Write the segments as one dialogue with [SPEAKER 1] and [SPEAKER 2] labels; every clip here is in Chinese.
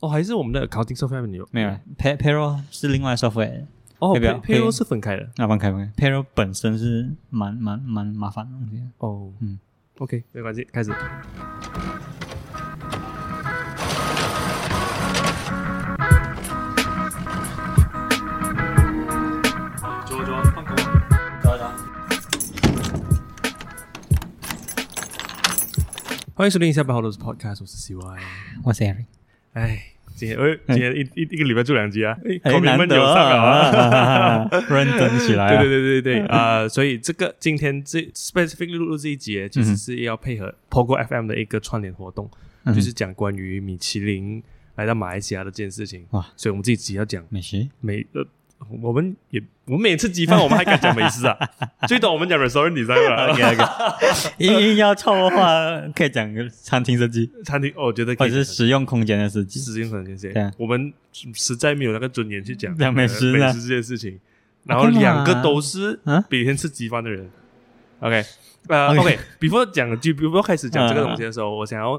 [SPEAKER 1] 哦，还是我们的 accounting software 没有
[SPEAKER 2] 没有 pay payroll 是另外 software，
[SPEAKER 1] 哦
[SPEAKER 2] 要不要
[SPEAKER 1] ，pay- payroll
[SPEAKER 2] 可以
[SPEAKER 1] 是分开的
[SPEAKER 2] 那翻啊开翻开 payroll 本身是蛮蛮蛮麻烦的东西。
[SPEAKER 1] 哦。
[SPEAKER 2] 嗯
[SPEAKER 1] ，OK，没关系，开始。走走，放工。
[SPEAKER 2] 走走。
[SPEAKER 1] 欢迎收听一下班后的 podcast，我是 CY。
[SPEAKER 2] 我是 Eric，
[SPEAKER 1] 哎，今天哎，今天一一一个礼拜做两集啊，哎
[SPEAKER 2] 哎，难
[SPEAKER 1] commitment
[SPEAKER 2] 得
[SPEAKER 1] 有上了
[SPEAKER 2] 啊
[SPEAKER 1] 啊。，
[SPEAKER 2] 认真起来
[SPEAKER 1] 对
[SPEAKER 2] 啊。
[SPEAKER 1] 对对对对啊、呃所以这个今天这 specific 录录这一节，其实是要配合 Pogo FM 的一个串联活动，
[SPEAKER 2] 嗯
[SPEAKER 1] 就是讲关于米其林来到马来西亚的这件事情。
[SPEAKER 2] 哇
[SPEAKER 1] 所以我们这一集要讲
[SPEAKER 2] 美食
[SPEAKER 1] 美呃。我们也，我们每次集饭，我们还敢讲美食啊？最多我们讲 restaurant design 了，
[SPEAKER 2] ，OK OK，硬硬要凑的话，可以讲个餐厅设计，
[SPEAKER 1] 餐厅，哦我觉得可
[SPEAKER 2] 或
[SPEAKER 1] 以
[SPEAKER 2] 者是使用空间的设计。
[SPEAKER 1] 时间可能这些
[SPEAKER 2] 对啊，
[SPEAKER 1] 我们实在没有那个尊严去讲
[SPEAKER 2] 讲美食
[SPEAKER 1] 呃
[SPEAKER 2] 啊
[SPEAKER 1] 美食这件事情。然后两个都是
[SPEAKER 2] 啊
[SPEAKER 1] 每天吃鸡饭的人。OK，呃
[SPEAKER 2] OK
[SPEAKER 1] ，OK，before 讲就 before 开始讲这个
[SPEAKER 2] 嗯嗯
[SPEAKER 1] 东西的时候，我想要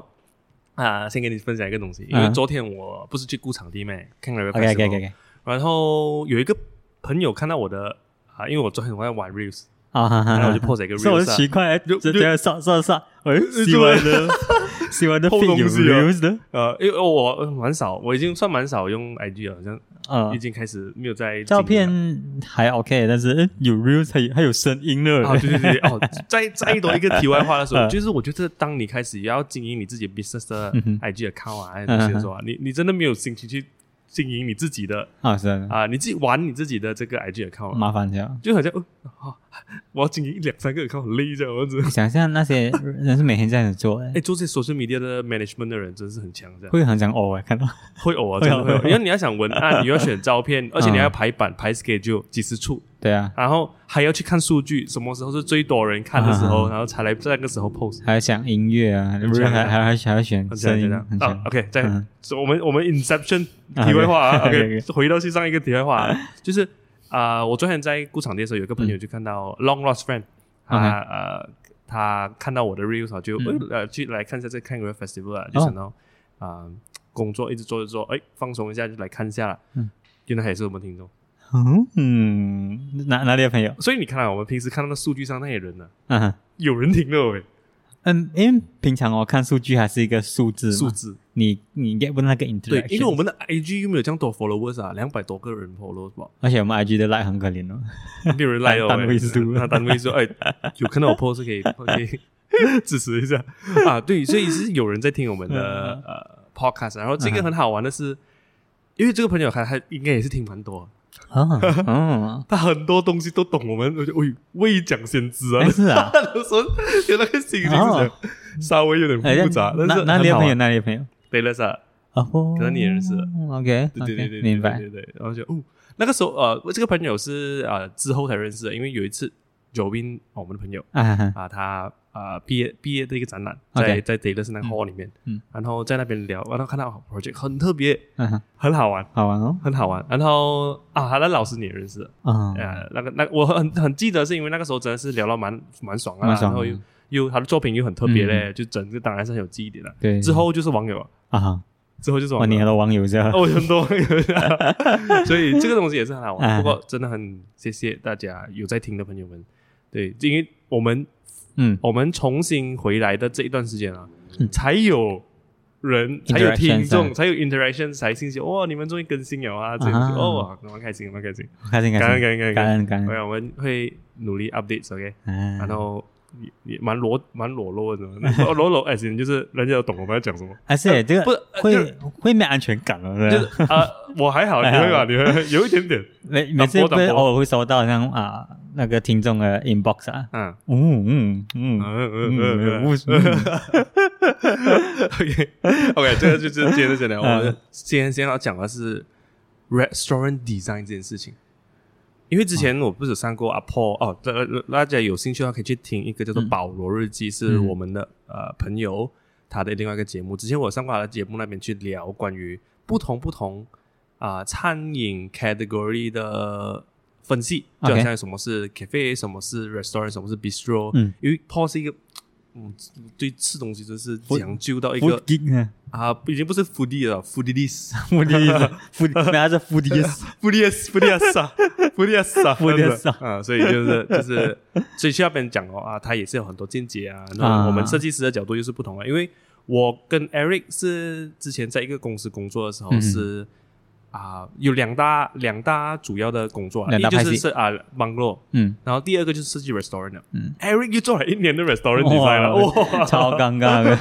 [SPEAKER 1] 啊，先给你分享一个东西，因为
[SPEAKER 2] 嗯
[SPEAKER 1] 昨天我不是去雇场地咩，看了
[SPEAKER 2] OK OK OK OK，
[SPEAKER 1] 然后有一个朋友看到我的啊，因为我昨天我在玩 reels，
[SPEAKER 2] 啊哈哈，
[SPEAKER 1] 然后我就 post 了一个
[SPEAKER 2] 所以我
[SPEAKER 1] reels，
[SPEAKER 2] 就
[SPEAKER 1] 啊
[SPEAKER 2] 奇怪，
[SPEAKER 1] 就
[SPEAKER 2] 就
[SPEAKER 1] 就
[SPEAKER 2] 觉得上上上， 哎，
[SPEAKER 1] 就
[SPEAKER 2] 喜 欢的，喜欢的
[SPEAKER 1] 偷
[SPEAKER 2] fit
[SPEAKER 1] 东
[SPEAKER 2] 有
[SPEAKER 1] 西啊
[SPEAKER 2] views 的，
[SPEAKER 1] 呃，因为我呃蛮少，我已经算蛮少用 IG 了，好像
[SPEAKER 2] 啊
[SPEAKER 1] 已，经开始没有在
[SPEAKER 2] 照
[SPEAKER 1] 经营了
[SPEAKER 2] 片还 OK，但是哎有 reels 还有还有声音了，
[SPEAKER 1] 啊，对对对，哦，再再多一个题外话的时候，
[SPEAKER 2] 嗯
[SPEAKER 1] 就是我觉得当你开始要经营你自己 business 的
[SPEAKER 2] 嗯哼
[SPEAKER 1] IG account 啊，那些东西的时候啊，你你真的没有兴趣去经营你自己的
[SPEAKER 2] 啊是啊，
[SPEAKER 1] 啊，你自己玩你自己的这个 IG account，啊
[SPEAKER 2] 麻烦掉。
[SPEAKER 1] 就好像哦，好我要经营两三个 account 很累这样子。
[SPEAKER 2] 想象那些人是每天这样子做，哎
[SPEAKER 1] 哎，做这些 social media 的 management 的人真是很强，这样
[SPEAKER 2] 会很想呕哎，看到
[SPEAKER 1] 会偶尔
[SPEAKER 2] 会
[SPEAKER 1] 真
[SPEAKER 2] 啊
[SPEAKER 1] 的会偶尔，
[SPEAKER 2] 会啊
[SPEAKER 1] 因为你要想文案，你要选照
[SPEAKER 2] 嗯
[SPEAKER 1] 片，而且你还要排版、排 schedule 几十处，
[SPEAKER 2] 对啊，
[SPEAKER 1] 然后还要去看数据，什么时候是最多人看的时候，
[SPEAKER 2] 嗯
[SPEAKER 1] 然后才来在那个时候 post。
[SPEAKER 2] 还要想音乐啊，不是
[SPEAKER 1] 强
[SPEAKER 2] 还
[SPEAKER 1] 啊
[SPEAKER 2] 还还还要选
[SPEAKER 1] 这样这
[SPEAKER 2] 声音
[SPEAKER 1] 样，
[SPEAKER 2] 很
[SPEAKER 1] 啊
[SPEAKER 2] 强。
[SPEAKER 1] ，OK，再
[SPEAKER 2] 嗯
[SPEAKER 1] 所以我们我们 Inception
[SPEAKER 2] 啊
[SPEAKER 1] 题外话 啊
[SPEAKER 2] OK，OK，OK
[SPEAKER 1] ，OK，回到去上一个题外话啊，就是啊，我昨天在顾场地的时候，有一个朋友就看到 Long Lost Friend，他
[SPEAKER 2] 嗯 OK
[SPEAKER 1] 呃他看到我的 reels 啊，就
[SPEAKER 2] 嗯哦
[SPEAKER 1] 呃呃去来看一下这个 Kangaroo Festival 啊，就想到啊工作一直做着做，哎放松一下就来看一下啦
[SPEAKER 2] 嗯，
[SPEAKER 1] 原来也是我们听众，
[SPEAKER 2] 嗯嗯，哪哪里的朋友？
[SPEAKER 1] 所以你看啊，我们平时看到的数据上那些人呢，
[SPEAKER 2] 嗯哼
[SPEAKER 1] 有人听了喂，
[SPEAKER 2] 嗯，因为平常我看数据还是一个啊数字嘛，
[SPEAKER 1] 数字
[SPEAKER 2] 你你 get 不到那个 interaction，
[SPEAKER 1] 对，因为我们的 IG 又没有这样多 followers 啊，两百多个人 followers 吧。
[SPEAKER 2] 而且我们 IG 的 like 很可怜哦，
[SPEAKER 1] 没有人来哦，
[SPEAKER 2] 单单位数
[SPEAKER 1] 那单位数，哎，有看到我 post 可以可以 支持一下啊，对，所以是有人在听我们的
[SPEAKER 2] 嗯
[SPEAKER 1] 呃 podcast，然后这个很好玩的是，因为这个朋友还还应该也是听蛮多，
[SPEAKER 2] 啊，嗯，
[SPEAKER 1] 他很多东西都懂我们，我就喂未讲先知啊
[SPEAKER 2] 哎，是啊，
[SPEAKER 1] 他就说有那个心情是这样
[SPEAKER 2] 哦
[SPEAKER 1] 稍微有点
[SPEAKER 2] 哎
[SPEAKER 1] 复杂，但
[SPEAKER 2] 那
[SPEAKER 1] 是
[SPEAKER 2] 那里
[SPEAKER 1] 很
[SPEAKER 2] 的
[SPEAKER 1] 好
[SPEAKER 2] 朋友，
[SPEAKER 1] 玩。
[SPEAKER 2] 那里的朋友，
[SPEAKER 1] 贝勒萨，
[SPEAKER 2] 哦，
[SPEAKER 1] 可能你也认识
[SPEAKER 2] ，OK，
[SPEAKER 1] 啊对对对对，对
[SPEAKER 2] 明白
[SPEAKER 1] 对，对，对然后就哦，那个时候呃，这个朋友是呃之后才认识的，因为有一次九斌我们的朋友。
[SPEAKER 2] 啊哈，
[SPEAKER 1] 啊，他啊毕业毕业的一个展览，在
[SPEAKER 2] OK
[SPEAKER 1] 在 d a l a s 那个 hall 里面，
[SPEAKER 2] 嗯
[SPEAKER 1] 然后在那边聊，然后看到哦 project 很特别，
[SPEAKER 2] 嗯哼，
[SPEAKER 1] 很好玩，
[SPEAKER 2] 好玩哦，
[SPEAKER 1] 很好玩。然后啊，他的老师你也认识，
[SPEAKER 2] 啊，
[SPEAKER 1] 呃，那个那我很很记得，是因为那个时候真的是聊到蛮蛮爽啊，
[SPEAKER 2] 蛮爽
[SPEAKER 1] 然后又
[SPEAKER 2] 嗯
[SPEAKER 1] 又他的作品又很特别嘞，就整个当然是很有记忆点了。
[SPEAKER 2] 对，
[SPEAKER 1] 之后就是网友了，
[SPEAKER 2] 啊哈，
[SPEAKER 1] 之后就是
[SPEAKER 2] 哇，
[SPEAKER 1] 网
[SPEAKER 2] 你
[SPEAKER 1] 友
[SPEAKER 2] 很
[SPEAKER 1] 了。
[SPEAKER 2] 多网友这样，
[SPEAKER 1] 哦，很多， 所以这个东西也是很好玩。
[SPEAKER 2] 啊
[SPEAKER 1] 不过真的很谢谢大家有在听的朋友们，对，因为我们
[SPEAKER 2] 嗯，
[SPEAKER 1] 我们重新回来的这一段时间啊，
[SPEAKER 2] 嗯
[SPEAKER 1] 才有人，才有
[SPEAKER 2] Interactions
[SPEAKER 1] 听众，
[SPEAKER 2] 啊
[SPEAKER 1] 才有 interaction，才信息。哇、你们终于更新了啊！这嗯样子、
[SPEAKER 2] 啊
[SPEAKER 1] 哦，蛮开心，蛮开心。
[SPEAKER 2] 开心
[SPEAKER 1] 感
[SPEAKER 2] 开
[SPEAKER 1] 恩，
[SPEAKER 2] 心，
[SPEAKER 1] 感恩，感恩，
[SPEAKER 2] 感
[SPEAKER 1] 恩。哎啊
[SPEAKER 2] 恩感恩，
[SPEAKER 1] OK，我们会努力 update，OK，、
[SPEAKER 2] 嗯
[SPEAKER 1] 然后也也蛮裸，蛮裸露的，裸裸露， 哎，其实就是人家都懂我们在讲什么。
[SPEAKER 2] 而且哎这个
[SPEAKER 1] 不是呃就
[SPEAKER 2] 会
[SPEAKER 1] 是
[SPEAKER 2] 会没安全感了，对
[SPEAKER 1] 就
[SPEAKER 2] 啊。
[SPEAKER 1] 是啊，我还好，你会吧？你会有一点点，
[SPEAKER 2] 每每次
[SPEAKER 1] 打波
[SPEAKER 2] 不是
[SPEAKER 1] 打波
[SPEAKER 2] 偶尔会收到像啊那个听众的 inbox 啊，
[SPEAKER 1] 嗯
[SPEAKER 2] 嗯嗯
[SPEAKER 1] 嗯
[SPEAKER 2] 嗯
[SPEAKER 1] 嗯嗯嗯
[SPEAKER 2] 嗯嗯，
[SPEAKER 1] ，OK OK，这个 就是今天的讲
[SPEAKER 2] 嗯
[SPEAKER 1] 聊。我们今天先要讲的是 restaurant design 这件事情，因为之前我不是上过 Apple 哦，大大家有兴趣的话可以去听一个
[SPEAKER 2] 嗯
[SPEAKER 1] 叫做《嗯保罗日记》，是我们的呃朋友他的另外一个节目。之前我上过他的节目那边去聊关于不同不同啊、餐饮 category 的分析，就
[SPEAKER 2] OK
[SPEAKER 1] 好像什么是 cafe，什么是 restaurant，什么是 bistro，
[SPEAKER 2] 嗯
[SPEAKER 1] 因为 Paul 是一个。嗯，对吃东西真是
[SPEAKER 2] 我
[SPEAKER 1] 讲究到一
[SPEAKER 2] 不
[SPEAKER 1] 个
[SPEAKER 2] 硬啊，
[SPEAKER 1] 啊，已经不是 foodie 了，foodies，foodies，foodies，foodies
[SPEAKER 2] 目的是腹，那是腹地是
[SPEAKER 1] 啊，foodies 啊
[SPEAKER 2] Foodies 啊
[SPEAKER 1] 啊，所以就是就是，所以去那边讲哦啊，他也是有很多见解啊。那
[SPEAKER 2] 啊
[SPEAKER 1] 我们设计师的角度又是不同的，啊因为我跟 Eric 是之前在一个公司工作的时候
[SPEAKER 2] 嗯
[SPEAKER 1] 是啊，有两大两大主要的工作啊，
[SPEAKER 2] 两
[SPEAKER 1] 一
[SPEAKER 2] 大
[SPEAKER 1] 就
[SPEAKER 2] 派
[SPEAKER 1] 是
[SPEAKER 2] 系
[SPEAKER 1] 是啊 bungalow，
[SPEAKER 2] 嗯，
[SPEAKER 1] 然后第二个就是设计 restaurant 了。
[SPEAKER 2] 嗯
[SPEAKER 1] ，Eric 又做了一年的 restaurant design 了，哇，
[SPEAKER 2] 超尴尬的，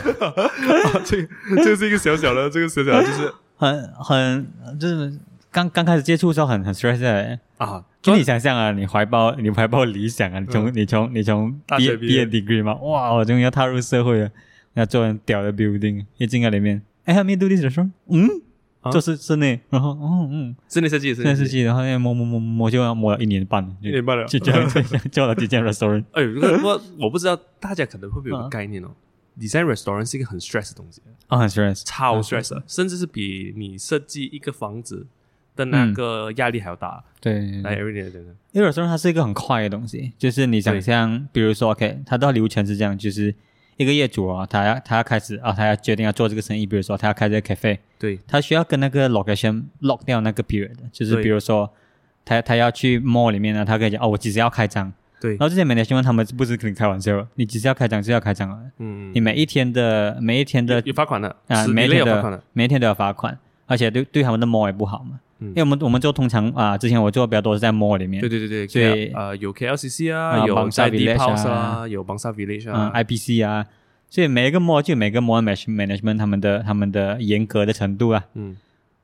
[SPEAKER 1] 这个这是一个小小的，这个小小的就是
[SPEAKER 2] 很很就是刚刚开始接触的时候很很 stress 的，欸
[SPEAKER 1] 啊，
[SPEAKER 2] 就你想象啊，你怀抱你怀抱理想啊，你从你从你从
[SPEAKER 1] 嗯大
[SPEAKER 2] 毕
[SPEAKER 1] 学
[SPEAKER 2] 业
[SPEAKER 1] 毕
[SPEAKER 2] 毕
[SPEAKER 1] 业
[SPEAKER 2] 业 degree 嘛，哇，我终于要踏入社会了，要做很屌的 building，一进到里面，哎，help me do this，我说，嗯
[SPEAKER 1] 啊，
[SPEAKER 2] 做室室内，然后，哦嗯，
[SPEAKER 1] 室内设计，室
[SPEAKER 2] 这件事
[SPEAKER 1] 设计，
[SPEAKER 2] 情，然后那哎摸摸摸摸，就要摸了一年半，
[SPEAKER 1] 一
[SPEAKER 2] 就
[SPEAKER 1] 年半了。
[SPEAKER 2] 就这样 就这样做了几间 restaurant，
[SPEAKER 1] 哎，如果 我我不知道大家可能会不会有个
[SPEAKER 2] 啊
[SPEAKER 1] 概念哦，design restaurant 是一个很 stress 的东西，
[SPEAKER 2] 啊， 很 stress，
[SPEAKER 1] 超 stress，的甚至是比你设计一个房子的那
[SPEAKER 2] 嗯
[SPEAKER 1] 个压力还要大。哎
[SPEAKER 2] 对，
[SPEAKER 1] 来，Eric 你来讲讲
[SPEAKER 2] 因为有时候它是一个很快的东西，就是你想象，比如说，OK，它的流程是这样，就是一个业主啊，他要他要开始啊，他要决定要做这个生意，比如说他要开这个 cafe，
[SPEAKER 1] 对
[SPEAKER 2] 他需要跟那个 location lock 掉那个 period，就是
[SPEAKER 1] 对
[SPEAKER 2] 比如说他他要去 mall 里面呢，他可以讲哦，我几时要开张，
[SPEAKER 1] 对
[SPEAKER 2] 然，后这些 manager 问他们是不是跟你开玩笑的，你几时要开张就要开张了，
[SPEAKER 1] 嗯，
[SPEAKER 2] 你每一天的每一天的
[SPEAKER 1] 有有罚款的，
[SPEAKER 2] 啊，
[SPEAKER 1] 死
[SPEAKER 2] 每一
[SPEAKER 1] delay
[SPEAKER 2] 天
[SPEAKER 1] 有罚
[SPEAKER 2] 的
[SPEAKER 1] 款的，
[SPEAKER 2] 每一天都有罚款，而且对对他们的 mall 也不好嘛，
[SPEAKER 1] 嗯
[SPEAKER 2] 因为我们我们就通常啊，之前我做的比较多是在 mall 里面
[SPEAKER 1] 对，对对对，
[SPEAKER 2] 嗯所以
[SPEAKER 1] 呃有 KLCC 啊，
[SPEAKER 2] 啊
[SPEAKER 1] 有
[SPEAKER 2] Bangsa
[SPEAKER 1] 在 d e
[SPEAKER 2] Village
[SPEAKER 1] p
[SPEAKER 2] 啊
[SPEAKER 1] House 啊，有 Bangsa Village
[SPEAKER 2] 嗯
[SPEAKER 1] 啊，
[SPEAKER 2] IPC 啊，所以每一个 mall 就有每个 mall manage- management 他们的他们的严格的程度啊。
[SPEAKER 1] 嗯，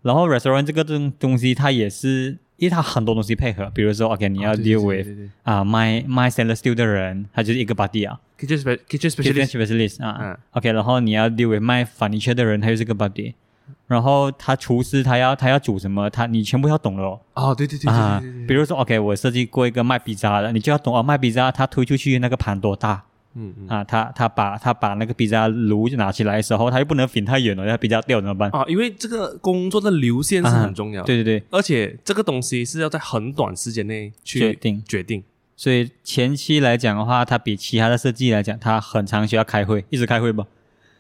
[SPEAKER 2] 然后 restaurant 这个东东西，它也是，因为它很多东西配合，比如说 OK，你要
[SPEAKER 1] 啊对对
[SPEAKER 2] deal
[SPEAKER 1] 对
[SPEAKER 2] with
[SPEAKER 1] 对对
[SPEAKER 2] 啊卖卖 stainless steel 的人，他就是一个 body 啊
[SPEAKER 1] kitchen spe- kitchen
[SPEAKER 2] ，kitchen
[SPEAKER 1] specialist，
[SPEAKER 2] specialist
[SPEAKER 1] 嗯
[SPEAKER 2] 啊，OK，然后你要 deal with 卖 furniture 的人，他就是一个 body。然后他厨师他要他要煮什么，他你全部要懂了哦
[SPEAKER 1] 哦，对对对
[SPEAKER 2] 啊
[SPEAKER 1] 对对对，。
[SPEAKER 2] 比如说 OK，我设计过一个卖披萨的，你就要懂哦，卖披萨他推出去那个盘多大，
[SPEAKER 1] 嗯嗯
[SPEAKER 2] 啊，他他把他把那个披萨炉拿起来的时候，他又不能抿太远了，他比较掉怎么办？
[SPEAKER 1] 啊，因为这个工作的流线是很重要的，
[SPEAKER 2] 啊对对对，
[SPEAKER 1] 而且这个东西是要在很短时间内去
[SPEAKER 2] 决定
[SPEAKER 1] 决定。
[SPEAKER 2] 所以前期来讲的话，它比其他的设计来讲，它很常需要开会，一直开会吧。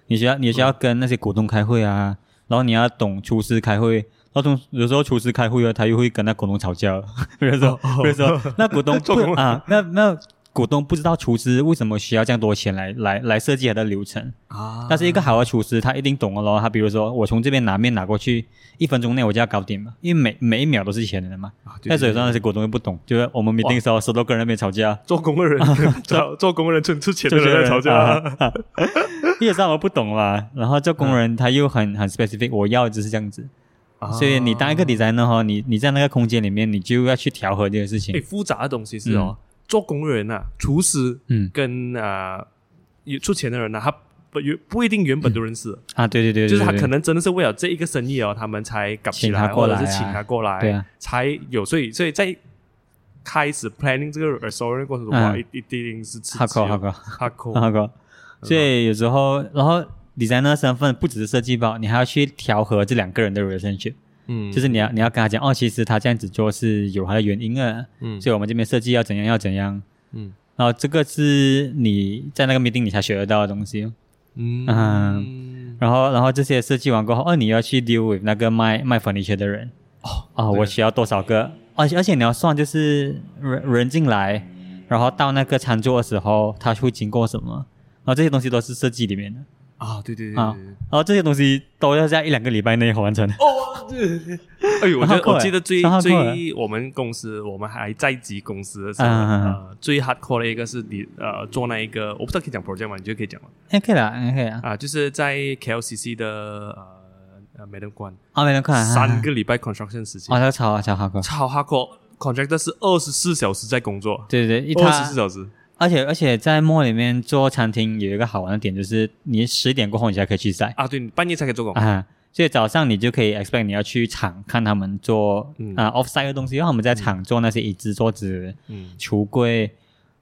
[SPEAKER 2] 你需要你需要跟那些股东开会啊，然后你要懂厨师开会，然后同有时候厨师开会啊，他又会跟那股东吵架， 比如
[SPEAKER 1] 哦
[SPEAKER 2] 说比如说那 股东
[SPEAKER 1] 做
[SPEAKER 2] 不
[SPEAKER 1] 工
[SPEAKER 2] 啊，那那股东不知道厨师为什么需要这样多钱来来来设计他的流程，
[SPEAKER 1] 啊
[SPEAKER 2] 但是一个好的厨师，他一定懂了咯。他比如说，我从这边拿面拿过去，一分钟内我就要搞定嘛，因为每每一秒都是钱的嘛。
[SPEAKER 1] 啊，对
[SPEAKER 2] 但是有
[SPEAKER 1] 对
[SPEAKER 2] 时候那些股东又不懂，就是我们 meeting 的时候，十多个人在那边吵架，
[SPEAKER 1] 做工 的人做做工的人存出钱的
[SPEAKER 2] 就觉
[SPEAKER 1] 人
[SPEAKER 2] 得
[SPEAKER 1] 在吵架。
[SPEAKER 2] 啊 啊因为他们不懂嘛。然后做工人他又很很 specific，我要就是这样子。
[SPEAKER 1] 啊
[SPEAKER 2] 所以你当一个 designer 哈，你你在那个空间里面，你就要去调和这个
[SPEAKER 1] 诶
[SPEAKER 2] 事情。
[SPEAKER 1] 哎复杂的东西是哦，做工的人啊，厨师
[SPEAKER 2] 嗯
[SPEAKER 1] 跟啊有出钱的人呢，他不原不一定原本都认识，
[SPEAKER 2] 啊，对对对，对
[SPEAKER 1] 就是他
[SPEAKER 2] 对
[SPEAKER 1] 可能真的是为了这一个生意哦，他们才搞起
[SPEAKER 2] 请
[SPEAKER 1] 来，
[SPEAKER 2] 他
[SPEAKER 1] 或
[SPEAKER 2] 过来
[SPEAKER 1] 者
[SPEAKER 2] 啊
[SPEAKER 1] 是请他过来，
[SPEAKER 2] 对啊，
[SPEAKER 1] 才有。所以所以在开始 planning 这个 restaurant 的过程中，哇，
[SPEAKER 2] 嗯
[SPEAKER 1] 一一定是刺激
[SPEAKER 2] 哈
[SPEAKER 1] 哦
[SPEAKER 2] 口哈口。
[SPEAKER 1] 哈扣
[SPEAKER 2] 啊哥，所以有时候，然后 designer 身份不只是设计吧，你还要去调和这两个人的 relationship，、
[SPEAKER 1] 嗯，
[SPEAKER 2] 就是你要你要跟他讲，哦，其实他这样子做是有他的原因的，
[SPEAKER 1] 嗯
[SPEAKER 2] 所以我们这边设计要怎样要怎样，
[SPEAKER 1] 嗯
[SPEAKER 2] 然后这个是你在那个 meeting 你才学得到的东西，
[SPEAKER 1] 嗯
[SPEAKER 2] 然后然后这些设计完过后，哦，你要去 deal with 那个卖卖 furniture 的人，
[SPEAKER 1] 哦
[SPEAKER 2] 啊、
[SPEAKER 1] 对
[SPEAKER 2] 我需要多少个？而且而且你要算，就是人人进来，然后到那个餐桌的时候，他会经过什么，然后这些东西都是设计里面的。
[SPEAKER 1] 啊，对对对
[SPEAKER 2] 啊
[SPEAKER 1] 对对。
[SPEAKER 2] 然后这些东西都要在一两个礼拜内完成。
[SPEAKER 1] 哦，对对对， 哎呦，我觉
[SPEAKER 2] 很
[SPEAKER 1] 得
[SPEAKER 2] hardcore
[SPEAKER 1] 我记得最
[SPEAKER 2] 欸很 hardcore
[SPEAKER 1] 最我们公司我们还在籍公司的时候，
[SPEAKER 2] 嗯嗯嗯
[SPEAKER 1] 呃，最 hardcore 的一个是你呃做那一个，我不知道可以讲 project 吗？你觉得可以讲吗？
[SPEAKER 2] 哎，可以啦，哎可以啦。
[SPEAKER 1] 啊，就是在 KLCC 的呃呃 Madam 关
[SPEAKER 2] 啊，没人看。
[SPEAKER 1] 三
[SPEAKER 2] 个。
[SPEAKER 1] 个礼拜 construction 时期
[SPEAKER 2] 啊，，那个超超好看。
[SPEAKER 1] 超 hardcore contractor 是二十四小时在工作，
[SPEAKER 2] 对对对，一
[SPEAKER 1] 二十四
[SPEAKER 2] 他
[SPEAKER 1] 小时，
[SPEAKER 2] 而且而且在 mall 里面做餐厅有一个好玩的点，就是你十点过后你才可以去晒
[SPEAKER 1] 啊，对，你半夜才可以做工，
[SPEAKER 2] 啊，所以早上你就可以 expect 你要去场看他们做
[SPEAKER 1] 嗯
[SPEAKER 2] 啊 offsite 的东西，因为他们在场做那些椅子、桌子、
[SPEAKER 1] 嗯，
[SPEAKER 2] 橱柜，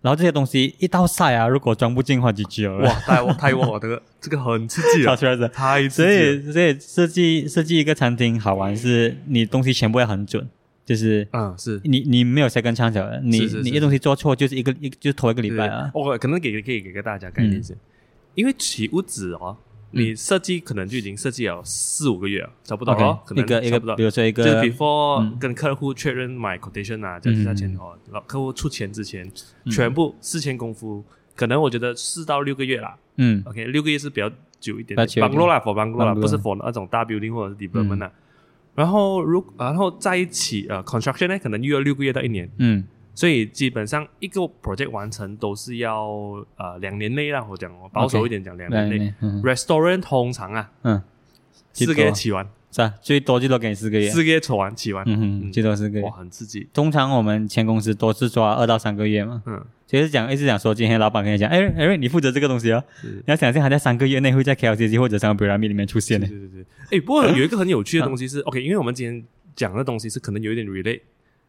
[SPEAKER 2] 然后这些东西一到晒啊，如果装不进的话就 g 了。
[SPEAKER 1] 哇，，啊太哇太哇，这个这个很刺激
[SPEAKER 2] 超
[SPEAKER 1] 了，
[SPEAKER 2] 出来的。
[SPEAKER 1] 太刺
[SPEAKER 2] 所
[SPEAKER 1] 激了，
[SPEAKER 2] 以，所以设计设计一个餐厅好玩是，你东西全部要很准，就是
[SPEAKER 1] 嗯，是。
[SPEAKER 2] 你你没有 second chance 了，你
[SPEAKER 1] 是是
[SPEAKER 2] 你
[SPEAKER 1] 是
[SPEAKER 2] 一东西做错就是一个一就是拖一个礼
[SPEAKER 1] 对
[SPEAKER 2] 拜啊。
[SPEAKER 1] 我可能给可以给个大家概念先，因为起屋子哦，
[SPEAKER 2] 嗯
[SPEAKER 1] 你设计可能就已经设计了四五个月了，找不到
[SPEAKER 2] OK，
[SPEAKER 1] 哦，可
[SPEAKER 2] 一
[SPEAKER 1] 能
[SPEAKER 2] 个一
[SPEAKER 1] 找不
[SPEAKER 2] 个，
[SPEAKER 1] 到
[SPEAKER 2] 比。如说一
[SPEAKER 1] 就
[SPEAKER 2] 个嗯
[SPEAKER 1] 是 before 跟客户确认买 quotation 啊，这样价钱哦，老客户出钱之前，
[SPEAKER 2] 嗯
[SPEAKER 1] 全部事前功夫，可能我觉得四到六个月啦。
[SPEAKER 2] 嗯
[SPEAKER 1] OK，六个月是比较久一点
[SPEAKER 2] 比较
[SPEAKER 1] 的
[SPEAKER 2] 久一点
[SPEAKER 1] bungalow 啦，for bungalow 啦，
[SPEAKER 2] bungalow 嗯
[SPEAKER 1] 不是 for 那种大 building 或者是 development 啦。然后如然后在一起呃 construction 呢，可能又要六个月到一年，
[SPEAKER 2] 嗯
[SPEAKER 1] 所以基本上一个 project 完成都是要呃两年内啦，我讲我保守
[SPEAKER 2] OK，
[SPEAKER 1] 一点讲两年
[SPEAKER 2] 来
[SPEAKER 1] 内。
[SPEAKER 2] 来嗯
[SPEAKER 1] restaurant 通常啊，
[SPEAKER 2] 嗯，最
[SPEAKER 1] 四
[SPEAKER 2] 多
[SPEAKER 1] 个月起完，
[SPEAKER 2] 是啊，最多最多给你四个月，
[SPEAKER 1] 四个月起完起完，
[SPEAKER 2] 嗯哼，最多四个月
[SPEAKER 1] 哇，。很刺激。
[SPEAKER 2] 通常我们前公司都是抓二到三个月嘛，
[SPEAKER 1] 嗯，
[SPEAKER 2] 就是讲一直讲说，今天老板跟你讲，哎哎，Aaron，你负责这个东西哦，
[SPEAKER 1] 是
[SPEAKER 2] 你要想象他在三个月内会在 KLCC 或者三个 p y r a m i d 里面出现
[SPEAKER 1] 对
[SPEAKER 2] 呢。
[SPEAKER 1] 对对对。哎，不过有一个很有趣的东 西是，OK，因为我们今天讲的东西是可能有一点 relate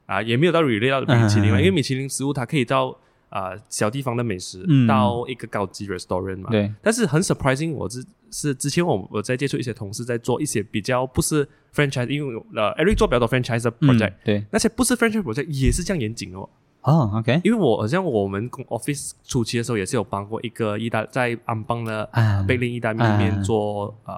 [SPEAKER 1] 啊，也没有到 relate 到米其林嘛，
[SPEAKER 2] 嗯嗯嗯
[SPEAKER 1] 因为米其林食物它可以到啊小地方的美食
[SPEAKER 2] 嗯
[SPEAKER 1] 到一个高级 restaurant 嘛，
[SPEAKER 2] 对，
[SPEAKER 1] 但是很 surprising，我是是之前我我在接触一些同事在做一些比较不是 franchise，因为我呃 Eric 做比较多 franchise 的
[SPEAKER 2] 嗯
[SPEAKER 1] project，、，
[SPEAKER 2] 对，
[SPEAKER 1] 那些不是 franchise project 也是这样严谨的哦。
[SPEAKER 2] 哦，OK，
[SPEAKER 1] 因为我好像我们公 office 初期的时候也是有帮过一个意大在安邦的
[SPEAKER 2] 啊
[SPEAKER 1] 贝林意大利面
[SPEAKER 2] 啊
[SPEAKER 1] 做呃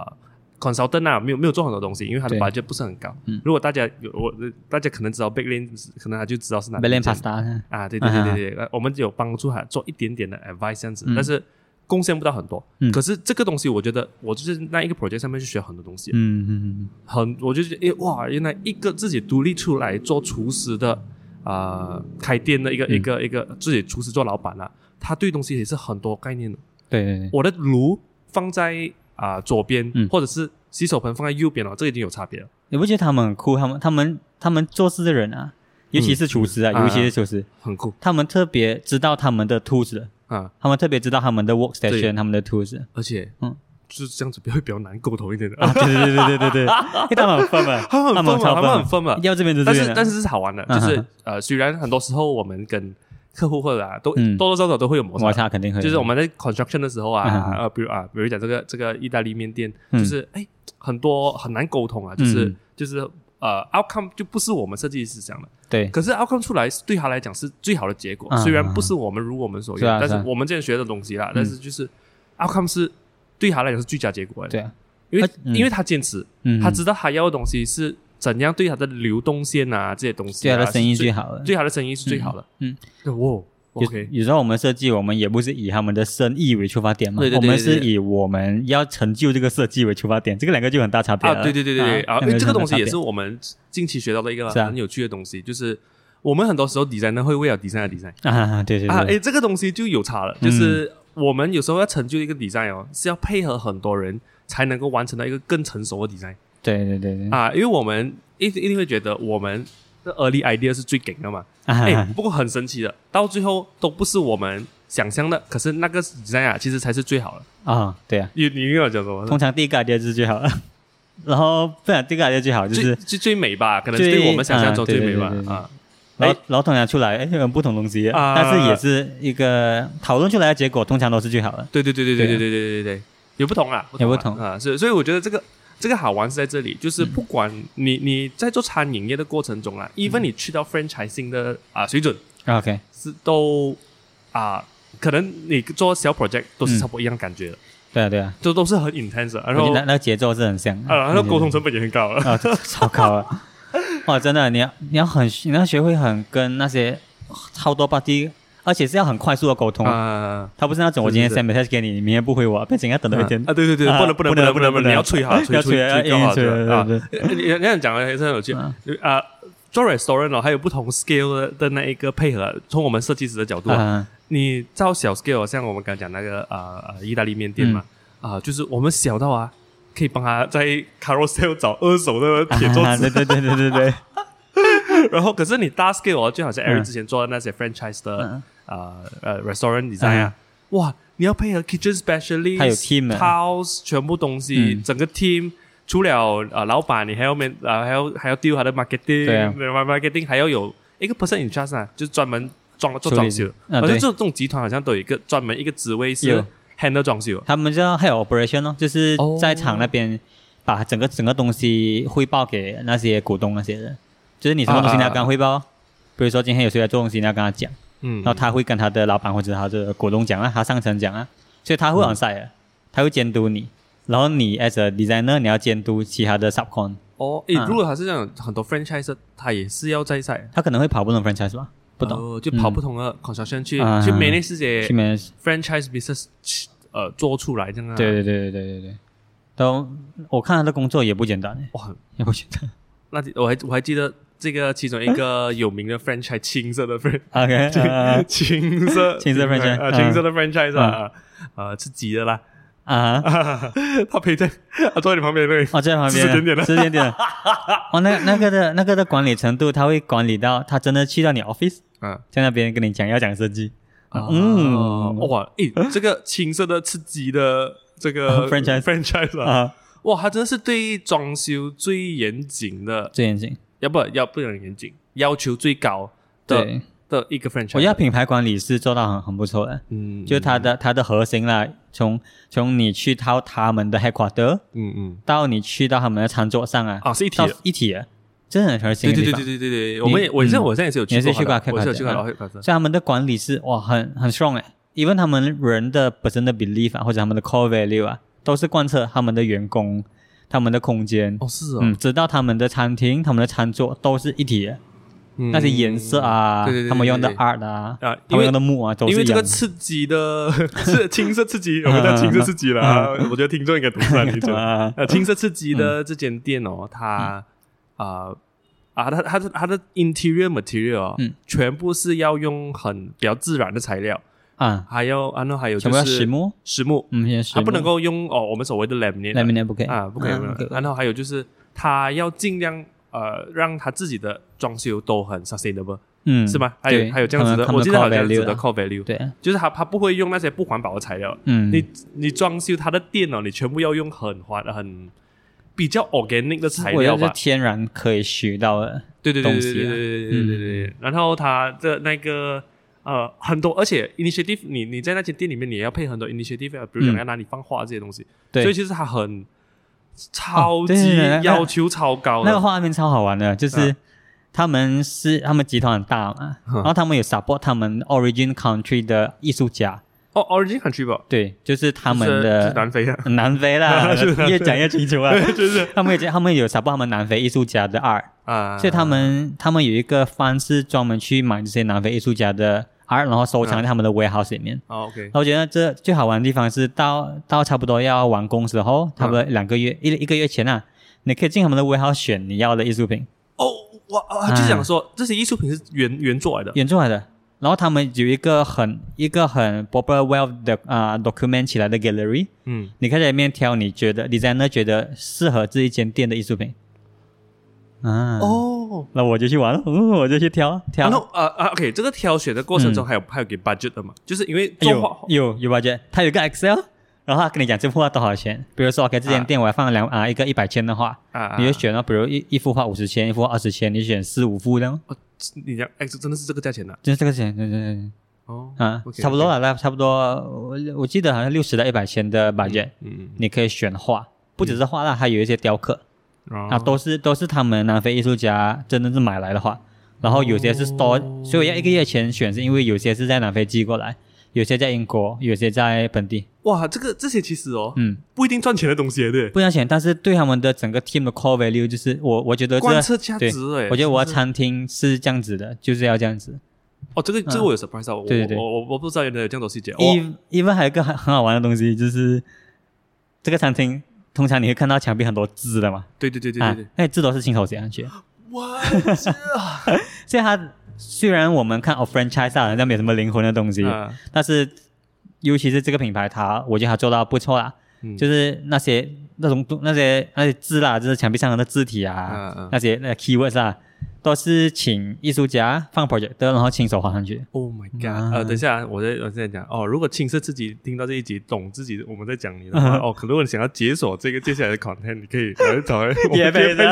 [SPEAKER 1] consultant 啊，没有没有做很多东西，因为他的
[SPEAKER 2] 对
[SPEAKER 1] budget 不是很高
[SPEAKER 2] 嗯。
[SPEAKER 1] 如果大家有我大家可能知道贝林，可能他就知道是哪
[SPEAKER 2] 贝
[SPEAKER 1] 一
[SPEAKER 2] 林
[SPEAKER 1] 间
[SPEAKER 2] pasta，
[SPEAKER 1] 啊，对对
[SPEAKER 2] 嗯
[SPEAKER 1] 对对对，呃我们有帮助他做一点点的 advice 这样子，但是贡献不到很多。
[SPEAKER 2] 嗯
[SPEAKER 1] 可是这个东西，我觉得我就是那一个 project 上面去学很多东西，
[SPEAKER 2] 嗯嗯
[SPEAKER 1] 很我就觉得，诶，哇，原来一个自己独立出来做厨师的啊、呃开店的一个、
[SPEAKER 2] 嗯
[SPEAKER 1] 一个一个自己厨师做老板啊，他对东西也是很多概念的。
[SPEAKER 2] 嗯，对对对，
[SPEAKER 1] 我的炉放在啊、左边，
[SPEAKER 2] 嗯
[SPEAKER 1] 或者是洗手盆放在右边哦了，这已经有差别了，
[SPEAKER 2] 你不觉得他们很酷？他们他们他们做事的人啊，尤其是厨师啊，
[SPEAKER 1] 嗯
[SPEAKER 2] 尤其是厨师，
[SPEAKER 1] 很酷
[SPEAKER 2] 他们特别知道他们的 tools 的，
[SPEAKER 1] 啊！
[SPEAKER 2] 他们特别知道他们的
[SPEAKER 1] 对
[SPEAKER 2] workstation，他们的 tools
[SPEAKER 1] 而且，
[SPEAKER 2] 嗯
[SPEAKER 1] 就是这样子比较比较难沟通一 点的。
[SPEAKER 2] 啊，对对对 对对对对，因为他们很分嘛，
[SPEAKER 1] 他们很
[SPEAKER 2] 们
[SPEAKER 1] 疯啊，
[SPEAKER 2] 超
[SPEAKER 1] 他
[SPEAKER 2] 嘛
[SPEAKER 1] 们很疯啊！
[SPEAKER 2] 要这边就这
[SPEAKER 1] 但
[SPEAKER 2] 边
[SPEAKER 1] 是
[SPEAKER 2] 的，
[SPEAKER 1] 但是是好玩的，就
[SPEAKER 2] 嗯哼
[SPEAKER 1] 是呃，虽然很多时候我们跟客户或者啊，都
[SPEAKER 2] 嗯
[SPEAKER 1] 多多少少都会有摩
[SPEAKER 2] 摩
[SPEAKER 1] 擦，
[SPEAKER 2] 擦肯定会，
[SPEAKER 1] 就是我们在 construction 的时候
[SPEAKER 2] 嗯哼
[SPEAKER 1] 啊，呃，比如啊，比如讲这个这个意大利面店，
[SPEAKER 2] 嗯
[SPEAKER 1] 就是哎，很多很难沟通啊，就是
[SPEAKER 2] 嗯
[SPEAKER 1] 就是呃，outcome 就不是我们设计师讲的，
[SPEAKER 2] 对，
[SPEAKER 1] 可是 outcome 出来对他来讲是最好的结果，
[SPEAKER 2] 嗯
[SPEAKER 1] 虽然不是我们如我们所
[SPEAKER 2] 是啊
[SPEAKER 1] 愿，但是
[SPEAKER 2] 是啊嗯
[SPEAKER 1] 我们之前学的东西啦，但是就是 outcome 是对他来讲是最佳结果，
[SPEAKER 2] 对啊，
[SPEAKER 1] 因为
[SPEAKER 2] 而嗯
[SPEAKER 1] 因为他坚持，
[SPEAKER 2] 嗯，
[SPEAKER 1] 他知道他要的东西是怎样对他的流动线啊这些东西、
[SPEAKER 2] 对
[SPEAKER 1] 啊，
[SPEAKER 2] 他的生意
[SPEAKER 1] 是最
[SPEAKER 2] 最好的。
[SPEAKER 1] 对他的生意是最好的。
[SPEAKER 2] 嗯
[SPEAKER 1] 对，哇，OK，
[SPEAKER 2] 有有时候我们设计，我们也不是以他们的生意为出发点嘛，
[SPEAKER 1] 对对对
[SPEAKER 2] 我们
[SPEAKER 1] 对对
[SPEAKER 2] 是以我们要成就这个设计为出发点，这个两个就很大差别
[SPEAKER 1] 啊，
[SPEAKER 2] 了。
[SPEAKER 1] 对对对对对啊，
[SPEAKER 2] 两
[SPEAKER 1] 因为这个
[SPEAKER 2] 就
[SPEAKER 1] 东
[SPEAKER 2] 很
[SPEAKER 1] 西
[SPEAKER 2] 大
[SPEAKER 1] 也
[SPEAKER 2] 差
[SPEAKER 1] 是我们近期学到的一个
[SPEAKER 2] 是啊
[SPEAKER 1] 很有趣的东西，就是我们很多时候 design 会为了 design 而 design
[SPEAKER 2] 别啊，对对嗯
[SPEAKER 1] 啊，
[SPEAKER 2] 对，
[SPEAKER 1] 哎，这个东西就有差了，就是我们有时候要成就一个 design 哦，是要配合很多人才能够完成到一个更成熟的 design
[SPEAKER 2] 对对对对
[SPEAKER 1] 啊，因为我们一一定会觉得我们的 early idea 是最顶的嘛，哎、
[SPEAKER 2] 啊，
[SPEAKER 1] 不过很神奇的，到最后都不是我们想象的，可是那个 design 啊，其实才是最好的。
[SPEAKER 2] 啊，对啊，
[SPEAKER 1] 你你跟我讲什么？
[SPEAKER 2] 通常第一个 idea 就是最好了，然后不然第一个 idea 最好就
[SPEAKER 1] 最
[SPEAKER 2] 是，
[SPEAKER 1] 最最美吧，可能是
[SPEAKER 2] 最
[SPEAKER 1] 对我们想象中
[SPEAKER 2] 啊
[SPEAKER 1] 最
[SPEAKER 2] 对
[SPEAKER 1] 美吧
[SPEAKER 2] 对对对
[SPEAKER 1] 啊！
[SPEAKER 2] 然后然后通常出来哎，有不同东西，
[SPEAKER 1] 啊
[SPEAKER 2] 但是也是一个讨论出来的结果，通常都是最好的。
[SPEAKER 1] 对对对对对
[SPEAKER 2] 对
[SPEAKER 1] 对
[SPEAKER 2] 啊
[SPEAKER 1] 对对对对，有不同啊，
[SPEAKER 2] 有
[SPEAKER 1] 啊
[SPEAKER 2] 不同嗯
[SPEAKER 1] 啊，所以所以我觉得这个这个好玩是在这里，就是不管你你在做餐饮业的过程中啊，even 你去到 franchising 的啊水准
[SPEAKER 2] OK，
[SPEAKER 1] 是都啊，可能你做小 project 都是差不多一样感觉的，
[SPEAKER 2] 对啊对啊，
[SPEAKER 1] 都都是很 intense，的然
[SPEAKER 2] 我觉
[SPEAKER 1] 后
[SPEAKER 2] 得那那节奏嗯是很像的
[SPEAKER 1] 啊，然后沟通成本也很高了。
[SPEAKER 2] 啊，这超高了！哇，真的，你要你要很你要学会很跟那些超多 party，而且是要很快速的沟通。
[SPEAKER 1] 啊，
[SPEAKER 2] 他不是那种我
[SPEAKER 1] 是
[SPEAKER 2] 今天
[SPEAKER 1] 是
[SPEAKER 2] send message 给你，你明天不回我，变成要等到一天
[SPEAKER 1] 啊，对对对，
[SPEAKER 2] 啊
[SPEAKER 1] 不能不能
[SPEAKER 2] 不能
[SPEAKER 1] 不能
[SPEAKER 2] 不能
[SPEAKER 1] 你要吹哈，吹
[SPEAKER 2] 要呃吹
[SPEAKER 1] 吹
[SPEAKER 2] 要
[SPEAKER 1] 吹更好
[SPEAKER 2] 吹
[SPEAKER 1] 吹啊！
[SPEAKER 2] 对
[SPEAKER 1] 你你这样讲的还是很有趣
[SPEAKER 2] 啊
[SPEAKER 1] 啊。做 restaurant 哦，还有不同 scale 的的那一个配合，从我们设计师的角度啊，
[SPEAKER 2] 啊，
[SPEAKER 1] 你照小 scale，像我们刚讲那个啊、呃、意大利面店嘛，啊、就是我们小到啊，可以帮他在 carousel 找二手的
[SPEAKER 2] 啊
[SPEAKER 1] 铁桌 子，
[SPEAKER 2] 对对对对对对，
[SPEAKER 1] 然后可是你大 scale 哦，就好像
[SPEAKER 2] 嗯
[SPEAKER 1] Eric 之前做的那些 franchise 的
[SPEAKER 2] 嗯哎
[SPEAKER 1] 啊呃 restaurant design 啊，哇，你要配合 kitchen specialist，
[SPEAKER 2] 还有 team 啊
[SPEAKER 1] house 全部东西，
[SPEAKER 2] 嗯
[SPEAKER 1] 整个 team。除了呃老板，你还要面呃还要还要丢他的 marketing，呃
[SPEAKER 2] 对啊
[SPEAKER 1] marketing 还要有一个 person in charge 啊，就是专门装 做
[SPEAKER 2] 处理
[SPEAKER 1] 装修。好
[SPEAKER 2] 啊
[SPEAKER 1] 像
[SPEAKER 2] 对
[SPEAKER 1] 这种这种集团好像都有一个专门一个职位是
[SPEAKER 2] 有
[SPEAKER 1] handle 装修。
[SPEAKER 2] 他们叫还有 operation 哦，就是
[SPEAKER 1] 哦
[SPEAKER 2] 在厂那边把整个整个东西汇报给那些股东那些人，就是你什么东西
[SPEAKER 1] 啊
[SPEAKER 2] 你要跟他汇报哦，比如说今天有谁来做东西，你要跟他讲。
[SPEAKER 1] 嗯，
[SPEAKER 2] 然后他会
[SPEAKER 1] 嗯
[SPEAKER 2] 跟啊他的老板或者他的股东讲啊，他上层讲啊，所以他会 on site，的他会监督你，然后你 as a designer 你要监督其他的 subcon，
[SPEAKER 1] 哦，诶，
[SPEAKER 2] 啊
[SPEAKER 1] 如果他是这样，很多 franchise 他也是要在赛，
[SPEAKER 2] 他可能会跑不同 franchise 吧？不懂，嗯
[SPEAKER 1] 哦就跑不同的 construction 去
[SPEAKER 2] 啊
[SPEAKER 1] 去 manage 这些
[SPEAKER 2] 去 manage。
[SPEAKER 1] franchise business 呃做出来这样啊。
[SPEAKER 2] 对对对对对对对，都我看他的工作也不简单欸，
[SPEAKER 1] 哇，
[SPEAKER 2] 也不简单。
[SPEAKER 1] 那我还我还记得这个其中一个有名的 franchise 青色的 franchise。
[SPEAKER 2] OK，啊
[SPEAKER 1] 青色
[SPEAKER 2] 呃 青色 franchise，
[SPEAKER 1] 啊，
[SPEAKER 2] 嗯
[SPEAKER 1] 青色的 franchise 啊，呃，是急的啦，
[SPEAKER 2] 啊哈，
[SPEAKER 1] 他陪在他坐在你旁边那里，
[SPEAKER 2] 哦，在旁边
[SPEAKER 1] 指指点点的啊
[SPEAKER 2] 指指点 点的。哦，那那个的那个的管理程度，他会管理到他真的去到你 office，
[SPEAKER 1] 嗯，
[SPEAKER 2] 在那边跟你讲要讲设计。
[SPEAKER 1] 嗯，
[SPEAKER 2] 嗯
[SPEAKER 1] 哇，诶，这个青色的刺激的这个
[SPEAKER 2] Franchise
[SPEAKER 1] franchise 啊，
[SPEAKER 2] 啊，
[SPEAKER 1] 哇，他真的是对装修最严谨的，
[SPEAKER 2] 最严谨。
[SPEAKER 1] 要不要不能严谨，要求最高的
[SPEAKER 2] 对，
[SPEAKER 1] 的一个 franchise。
[SPEAKER 2] 我觉得品牌管理是做到很很不错的，
[SPEAKER 1] 嗯，
[SPEAKER 2] 就它的它的核心啦，从从你去到他们的 headquarter，
[SPEAKER 1] 嗯嗯，
[SPEAKER 2] 到你去到他们的餐桌上啊，
[SPEAKER 1] 啊，是一体
[SPEAKER 2] 到
[SPEAKER 1] 的。
[SPEAKER 2] 一体的，真的很核心
[SPEAKER 1] 对
[SPEAKER 2] 的
[SPEAKER 1] 对对
[SPEAKER 2] 地方
[SPEAKER 1] 对。对对对，我们也我现在我现在也是有
[SPEAKER 2] 你
[SPEAKER 1] 去
[SPEAKER 2] 也是
[SPEAKER 1] 过
[SPEAKER 2] 去过啊
[SPEAKER 1] 他的，
[SPEAKER 2] 开
[SPEAKER 1] 我
[SPEAKER 2] 发
[SPEAKER 1] 是有
[SPEAKER 2] 的
[SPEAKER 1] 去过他的
[SPEAKER 2] 所以他们的管理是哇，很很 strong 哎、因为他们人的本身的 belief 啊，或者他们的 core value 啊，都是贯彻他们的员工、他们的空间，
[SPEAKER 1] 哦是哦，
[SPEAKER 2] 嗯，直到他们的餐厅、他们的餐桌都是一体的，
[SPEAKER 1] 嗯
[SPEAKER 2] 那些颜色啊，
[SPEAKER 1] 对对对
[SPEAKER 2] 他们用的
[SPEAKER 1] 对对
[SPEAKER 2] art
[SPEAKER 1] 啊，
[SPEAKER 2] 啊，他
[SPEAKER 1] 因
[SPEAKER 2] 们
[SPEAKER 1] 为
[SPEAKER 2] 用的木啊，都
[SPEAKER 1] 因
[SPEAKER 2] 是
[SPEAKER 1] 为
[SPEAKER 2] 一
[SPEAKER 1] 这
[SPEAKER 2] 样
[SPEAKER 1] 个
[SPEAKER 2] 的。嗯
[SPEAKER 1] 刺激的 是青色刺 激，我们叫青色刺激了啊，我觉得听众应该懂是哪里种。
[SPEAKER 2] 啊，
[SPEAKER 1] 呃，青色刺激的这间店哦，它
[SPEAKER 2] 嗯
[SPEAKER 1] 啊啊，它它的它的 interior material 哦
[SPEAKER 2] 嗯，
[SPEAKER 1] 全部是要用很比较自然的材料，
[SPEAKER 2] 啊，
[SPEAKER 1] 还有然后还有
[SPEAKER 2] 全
[SPEAKER 1] 就
[SPEAKER 2] 部要实
[SPEAKER 1] 是
[SPEAKER 2] 木，
[SPEAKER 1] 实木，
[SPEAKER 2] 嗯，现在实
[SPEAKER 1] 它
[SPEAKER 2] 木
[SPEAKER 1] 不能够用哦我们所谓的 laminate 啊
[SPEAKER 2] laminate 不可以
[SPEAKER 1] 啊，不可以，不
[SPEAKER 2] 嗯
[SPEAKER 1] 可以。然后还有就是，他要尽量呃，让他自己的装修都很 sustainable，、
[SPEAKER 2] 嗯，
[SPEAKER 1] 是吗？还有
[SPEAKER 2] 对
[SPEAKER 1] 还有这样子的，
[SPEAKER 2] 他们
[SPEAKER 1] 我记得还有这样子
[SPEAKER 2] core
[SPEAKER 1] 的
[SPEAKER 2] value 啊
[SPEAKER 1] core value，
[SPEAKER 2] 对，
[SPEAKER 1] 就是他他不会用那些不环保的材料。
[SPEAKER 2] 嗯，
[SPEAKER 1] 你你装修他的电脑，你全部要用很环很比较 organic 的材
[SPEAKER 2] 我觉
[SPEAKER 1] 料
[SPEAKER 2] 得是
[SPEAKER 1] 吧？
[SPEAKER 2] 天然可以学到的，
[SPEAKER 1] 对对对对
[SPEAKER 2] 东西
[SPEAKER 1] 对
[SPEAKER 2] 啊
[SPEAKER 1] 对对对对对对。然后他的那个。呃，很多，而且 initiative，你你在那间店里面，你也要配很多 initiative，啊比如讲
[SPEAKER 2] 嗯
[SPEAKER 1] 要哪里放画这些东西，
[SPEAKER 2] 对
[SPEAKER 1] 所以，其实他很超
[SPEAKER 2] 对对
[SPEAKER 1] 级
[SPEAKER 2] 对那个
[SPEAKER 1] 要求超高的，
[SPEAKER 2] 那个画面超好玩的，就是
[SPEAKER 1] 啊
[SPEAKER 2] 他们是他们集团很大嘛，
[SPEAKER 1] 嗯
[SPEAKER 2] 然后他们有 support 他们 origin country 的艺术家，
[SPEAKER 1] 哦，Origin Country 吧，
[SPEAKER 2] 对，就是他们
[SPEAKER 1] 是
[SPEAKER 2] 的
[SPEAKER 1] 是南非啊，，
[SPEAKER 2] 南非 啦
[SPEAKER 1] 是南非
[SPEAKER 2] 越讲越清楚啊。
[SPEAKER 1] 就是
[SPEAKER 2] 他们有他们有 support 他们南非艺术家的 art，
[SPEAKER 1] 啊，
[SPEAKER 2] 所以他们他们有一个方式专门去买这些南非艺术家的 art，然后收藏在他们的 warehouse 里面。
[SPEAKER 1] 哦，OK，
[SPEAKER 2] 然后我觉得这最好玩的地方是到到差不多要完工时候，差不
[SPEAKER 1] 嗯
[SPEAKER 2] 多两个月、一一个月前啊，你可以进他们的 warehouse 选你要的艺术品。
[SPEAKER 1] 哦，哇，啊就是想说这些艺术品是原原作来的，
[SPEAKER 2] 原作来的。然后他们有一个很一个很 proper well 的啊、document 起来的 gallery，
[SPEAKER 1] 嗯，
[SPEAKER 2] 你可以在里面挑你觉得 designer 觉得适合这一间店的艺术品。啊，，
[SPEAKER 1] 哦，
[SPEAKER 2] 那我就去玩了，嗯我就去挑挑。
[SPEAKER 1] 然后啊啊，OK，这个挑选的过程中还有还有给 budget 的嘛，就是因为做画
[SPEAKER 2] 有，有有 budget，他有个 Excel，然后他跟你讲这幅画多少钱。比如说，OK，这间店我要放两啊、一个一百千的画，
[SPEAKER 1] 啊啊，
[SPEAKER 2] 你就选了，比如一一幅画五十千，一幅画二十千，你选四五幅这样，
[SPEAKER 1] 哦你讲，哎，这真的是这个价钱的
[SPEAKER 2] 就是这个钱，对对对。
[SPEAKER 1] 哦，
[SPEAKER 2] 啊
[SPEAKER 1] OK，
[SPEAKER 2] 差不多
[SPEAKER 1] OK
[SPEAKER 2] 了，那差不多，我我记得好像六十到一百千的 budget，、
[SPEAKER 1] 嗯
[SPEAKER 2] 你可以选画，不只是画啦，还有一些雕刻、
[SPEAKER 1] 嗯，
[SPEAKER 2] 啊，
[SPEAKER 1] 哦
[SPEAKER 2] 都是都是他们南非艺术家真的是买来的画，然后有些是 store，、
[SPEAKER 1] 哦
[SPEAKER 2] 所以我要一个月前选，是因为有些是在南非寄过来，有些在英国，有些在本地，
[SPEAKER 1] 哇，这个这些其实哦，
[SPEAKER 2] 嗯，
[SPEAKER 1] 不一定赚钱的东西来的，
[SPEAKER 2] 不想选，但是对他们的整个 team 的 core value 就是我我觉得这
[SPEAKER 1] 观
[SPEAKER 2] 个，
[SPEAKER 1] 测价值哎，
[SPEAKER 2] 我觉得我要
[SPEAKER 1] 是不是
[SPEAKER 2] 餐厅是这样子的，就是要这样子。
[SPEAKER 1] 哦，这个这个我有 surprise 到，我
[SPEAKER 2] 嗯对对对
[SPEAKER 1] 我我我不知道原来有这样多细节，哦哇
[SPEAKER 2] even even 还有一个很很好玩的东西，就是这个餐厅通常你会看到墙壁很多字的嘛，
[SPEAKER 1] 对对对对对对
[SPEAKER 2] 啊，，那些字都是亲手写上去的。
[SPEAKER 1] 哇，
[SPEAKER 2] 所以它虽然我们看 o franchise 啊好像没有什么灵魂的东西，
[SPEAKER 1] 啊
[SPEAKER 2] 但是尤其是这个品牌它，我觉得它做到不错啦。
[SPEAKER 1] 嗯
[SPEAKER 2] 就是那些那种那些那些字啦，就是墙壁上的字体啊，
[SPEAKER 1] 啊
[SPEAKER 2] 那些那 keywords 啊，都是请艺术家放 project，然后亲手画上去。
[SPEAKER 1] ！Oh my god！、
[SPEAKER 2] 啊
[SPEAKER 1] 呃，等一下，我在我在讲哦，如果青色自己听到这一集，懂自己我们在讲你的 话，哦，可如果你想要解锁这个接下来的 content，你可以来找 我
[SPEAKER 2] 也
[SPEAKER 1] 们
[SPEAKER 2] 被
[SPEAKER 1] 配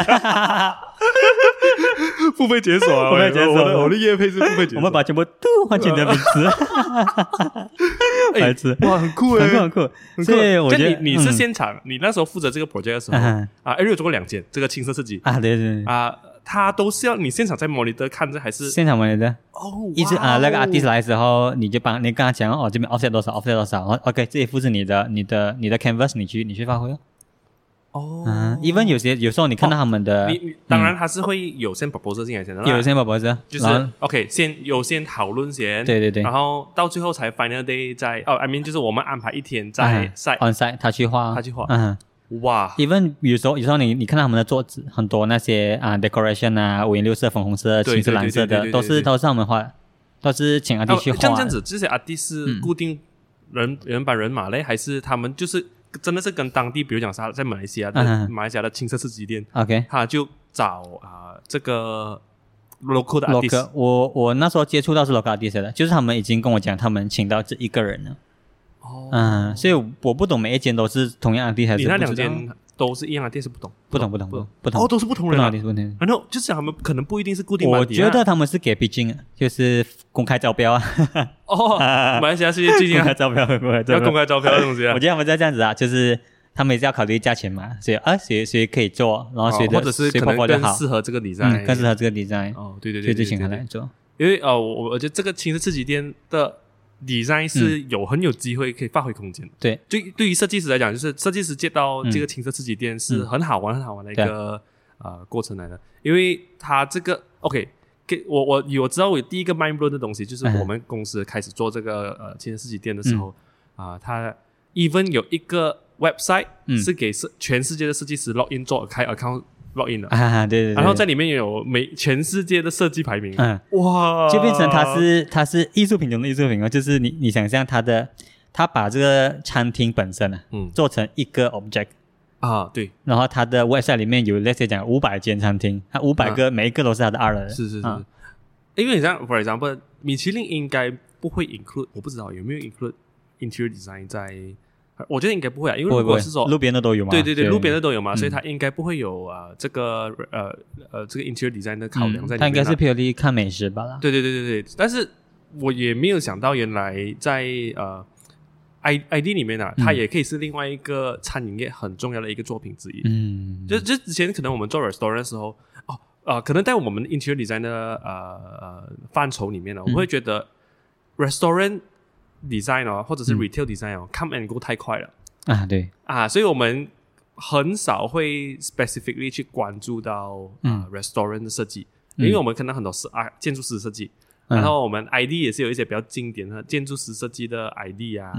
[SPEAKER 1] 付费解锁啊，
[SPEAKER 2] 付费
[SPEAKER 1] 我
[SPEAKER 2] 解锁
[SPEAKER 1] 我的我的业配是付费解锁
[SPEAKER 2] 我们，把全部都换成你的名字，白痴，
[SPEAKER 1] 哇，很酷哎、
[SPEAKER 2] 很酷很酷。
[SPEAKER 1] 很酷
[SPEAKER 2] 所以我
[SPEAKER 1] 就
[SPEAKER 2] 觉得
[SPEAKER 1] 你你是
[SPEAKER 2] 嗯
[SPEAKER 1] 现场，你那时候负责这个 project 的时候、
[SPEAKER 2] 啊
[SPEAKER 1] 啊，艾瑞有做过两件这个青色自己
[SPEAKER 2] 啊，对对对
[SPEAKER 1] 啊，它都是要你现场在 monitor 看着还是
[SPEAKER 2] 现场买的，
[SPEAKER 1] 哦，
[SPEAKER 2] 一直
[SPEAKER 1] 哇
[SPEAKER 2] 啊
[SPEAKER 1] 哦
[SPEAKER 2] 那个 artist 来的时候，你就帮你跟他讲哦，这边 offset 多少，offset 多少哦，OK，这些复制你的你的你的 canvas，你去你去发挥哦。
[SPEAKER 1] 哦
[SPEAKER 2] 嗯，even 有些有时候你看到他们的
[SPEAKER 1] 你你当然它是会有先 proposal 进来先的啦，
[SPEAKER 2] 有一些宝宝是，
[SPEAKER 1] 就
[SPEAKER 2] 然
[SPEAKER 1] 是
[SPEAKER 2] 后
[SPEAKER 1] OK 先有先讨论先，
[SPEAKER 2] 对对对
[SPEAKER 1] 然后到最后才 final day 在哦，I mean 就是我们安排一天
[SPEAKER 2] 啊
[SPEAKER 1] 在赛，
[SPEAKER 2] on site 他去画，
[SPEAKER 1] 他去画
[SPEAKER 2] 嗯。
[SPEAKER 1] 哇
[SPEAKER 2] even 有时候有时候你你看到他们的桌子，很多那些啊 decoration 啊，五颜六色、粉红色、
[SPEAKER 1] 对
[SPEAKER 2] 青色、
[SPEAKER 1] 对对
[SPEAKER 2] 蓝
[SPEAKER 1] 对
[SPEAKER 2] 色的，
[SPEAKER 1] 对对
[SPEAKER 2] 都
[SPEAKER 1] 对
[SPEAKER 2] 是都是他们画的，都是请阿弟
[SPEAKER 1] 哦
[SPEAKER 2] 去画的。
[SPEAKER 1] 这样这样子，这些 artist
[SPEAKER 2] 嗯
[SPEAKER 1] 是固定人、人版人马嘞，还是他们就是真的是跟当地，比如讲是他在马来西亚的、
[SPEAKER 2] 嗯
[SPEAKER 1] 马来西亚的青色刺激店，
[SPEAKER 2] ，OK。
[SPEAKER 1] 他就找啊、这个 local 的
[SPEAKER 2] 洛
[SPEAKER 1] artist，
[SPEAKER 2] 克，我我那时候接触到是洛克阿弟写的，就是他们已经跟我讲，他们请到这一个人了，
[SPEAKER 1] 哦，
[SPEAKER 2] 嗯，所以我不懂每一间都是同样的地还是
[SPEAKER 1] 你那
[SPEAKER 2] 不知
[SPEAKER 1] 两
[SPEAKER 2] 道
[SPEAKER 1] 间都是一样的店是不懂，
[SPEAKER 2] 不懂不懂不懂不
[SPEAKER 1] 哦，
[SPEAKER 2] 懂
[SPEAKER 1] 都是不同
[SPEAKER 2] 不
[SPEAKER 1] 人
[SPEAKER 2] 懂
[SPEAKER 1] 啊
[SPEAKER 2] 阿。弟不懂。
[SPEAKER 1] 然后就是他们可能不一定是固定班
[SPEAKER 2] 我
[SPEAKER 1] 底啊，
[SPEAKER 2] 觉得他们是给毕竟啊，就是公开招标啊，
[SPEAKER 1] 哦，马来西亚世界最近
[SPEAKER 2] 公
[SPEAKER 1] 啊
[SPEAKER 2] 开招标，公开招
[SPEAKER 1] 要
[SPEAKER 2] 标
[SPEAKER 1] 公。开招标的东西啊
[SPEAKER 2] 我，觉得他们在这样子啊，就是他们也是要考虑价钱嘛，所以啊，谁谁可以做，然后谁
[SPEAKER 1] 哦
[SPEAKER 2] 的、
[SPEAKER 1] 或者是
[SPEAKER 2] 谁
[SPEAKER 1] 可
[SPEAKER 2] 泡
[SPEAKER 1] 能
[SPEAKER 2] 泡就
[SPEAKER 1] 更
[SPEAKER 2] 好，
[SPEAKER 1] 适合这个 design，
[SPEAKER 2] 嗯，更适合这个 design，、
[SPEAKER 1] 哦，对对
[SPEAKER 2] 所以
[SPEAKER 1] 对，对
[SPEAKER 2] 就请他
[SPEAKER 1] 对
[SPEAKER 2] 来做。
[SPEAKER 1] 因为呃，我我觉得这个其实自己店的 design 是有、很有机会可以发挥空间的。
[SPEAKER 2] 嗯对，
[SPEAKER 1] 就对于设计师来讲，就是设计师接到
[SPEAKER 2] 嗯
[SPEAKER 1] 这个青色自己店是很好玩、很好玩的一
[SPEAKER 2] 对啊
[SPEAKER 1] 个呃过程来的，因为他这个 OK。给我我我知道我第一个 mind blown 的东西就是
[SPEAKER 2] 嗯
[SPEAKER 1] 我们公司开始做这个呃青色自己店的时候啊，他、even 有一个 website、
[SPEAKER 2] 嗯
[SPEAKER 1] 是给设全世界的设计师 login 做开 account login 的，
[SPEAKER 2] 啊，对对对，
[SPEAKER 1] 然后在里面有每全世界的设计排名，
[SPEAKER 2] 嗯，
[SPEAKER 1] 哇，
[SPEAKER 2] 就变成它是它是艺术品中的艺术品哦，就是你你想象它的，它把这个餐厅本身啊，
[SPEAKER 1] 嗯
[SPEAKER 2] 做成一个 object。
[SPEAKER 1] 啊，对，
[SPEAKER 2] 然后它的 website 里面有类似讲五百间餐厅，它五百个、每一个都是它的 art
[SPEAKER 1] 是是是，
[SPEAKER 2] 啊
[SPEAKER 1] 因为你像 for example，米其林应该不会 include，我不知道有没有 include interior design 在，我觉得应该不会啊，因为
[SPEAKER 2] 不会
[SPEAKER 1] 如
[SPEAKER 2] 不
[SPEAKER 1] 果
[SPEAKER 2] 会
[SPEAKER 1] 是说
[SPEAKER 2] 路边的都有嘛？嗯
[SPEAKER 1] 对对对，路边
[SPEAKER 2] 的
[SPEAKER 1] 的都有嘛，所以它应该不会有啊、呃这个呃呃这个 interior design 的考量在里面啊、
[SPEAKER 2] 嗯它应该是 purely 看美食吧啦。
[SPEAKER 1] 对对对对对，但是我也没有想到，原来在呃 i i d 里面
[SPEAKER 2] 嗯
[SPEAKER 1] 啊，它也可以是另外一个餐饮业很重要的一个作品之一。
[SPEAKER 2] 嗯，
[SPEAKER 1] 就就之前可能我们做 restaurant 的时候，哦，呃，可能在我们 interior design 的呃呃范畴里面呢、我
[SPEAKER 2] 嗯
[SPEAKER 1] 会觉得 restaurant design 哦，或者是
[SPEAKER 2] 嗯
[SPEAKER 1] retail design 哦、c o m e and go 太快了
[SPEAKER 2] 啊，对，
[SPEAKER 1] 啊，所以我们很少会 specifically 去关注到
[SPEAKER 2] 嗯
[SPEAKER 1] 啊、呃 restaurant 的设计，因为我们可能很多是啊建筑师设计，
[SPEAKER 2] 嗯
[SPEAKER 1] 然后我们 ID 也是有一些比较经典的建筑师设计的 ID 啊、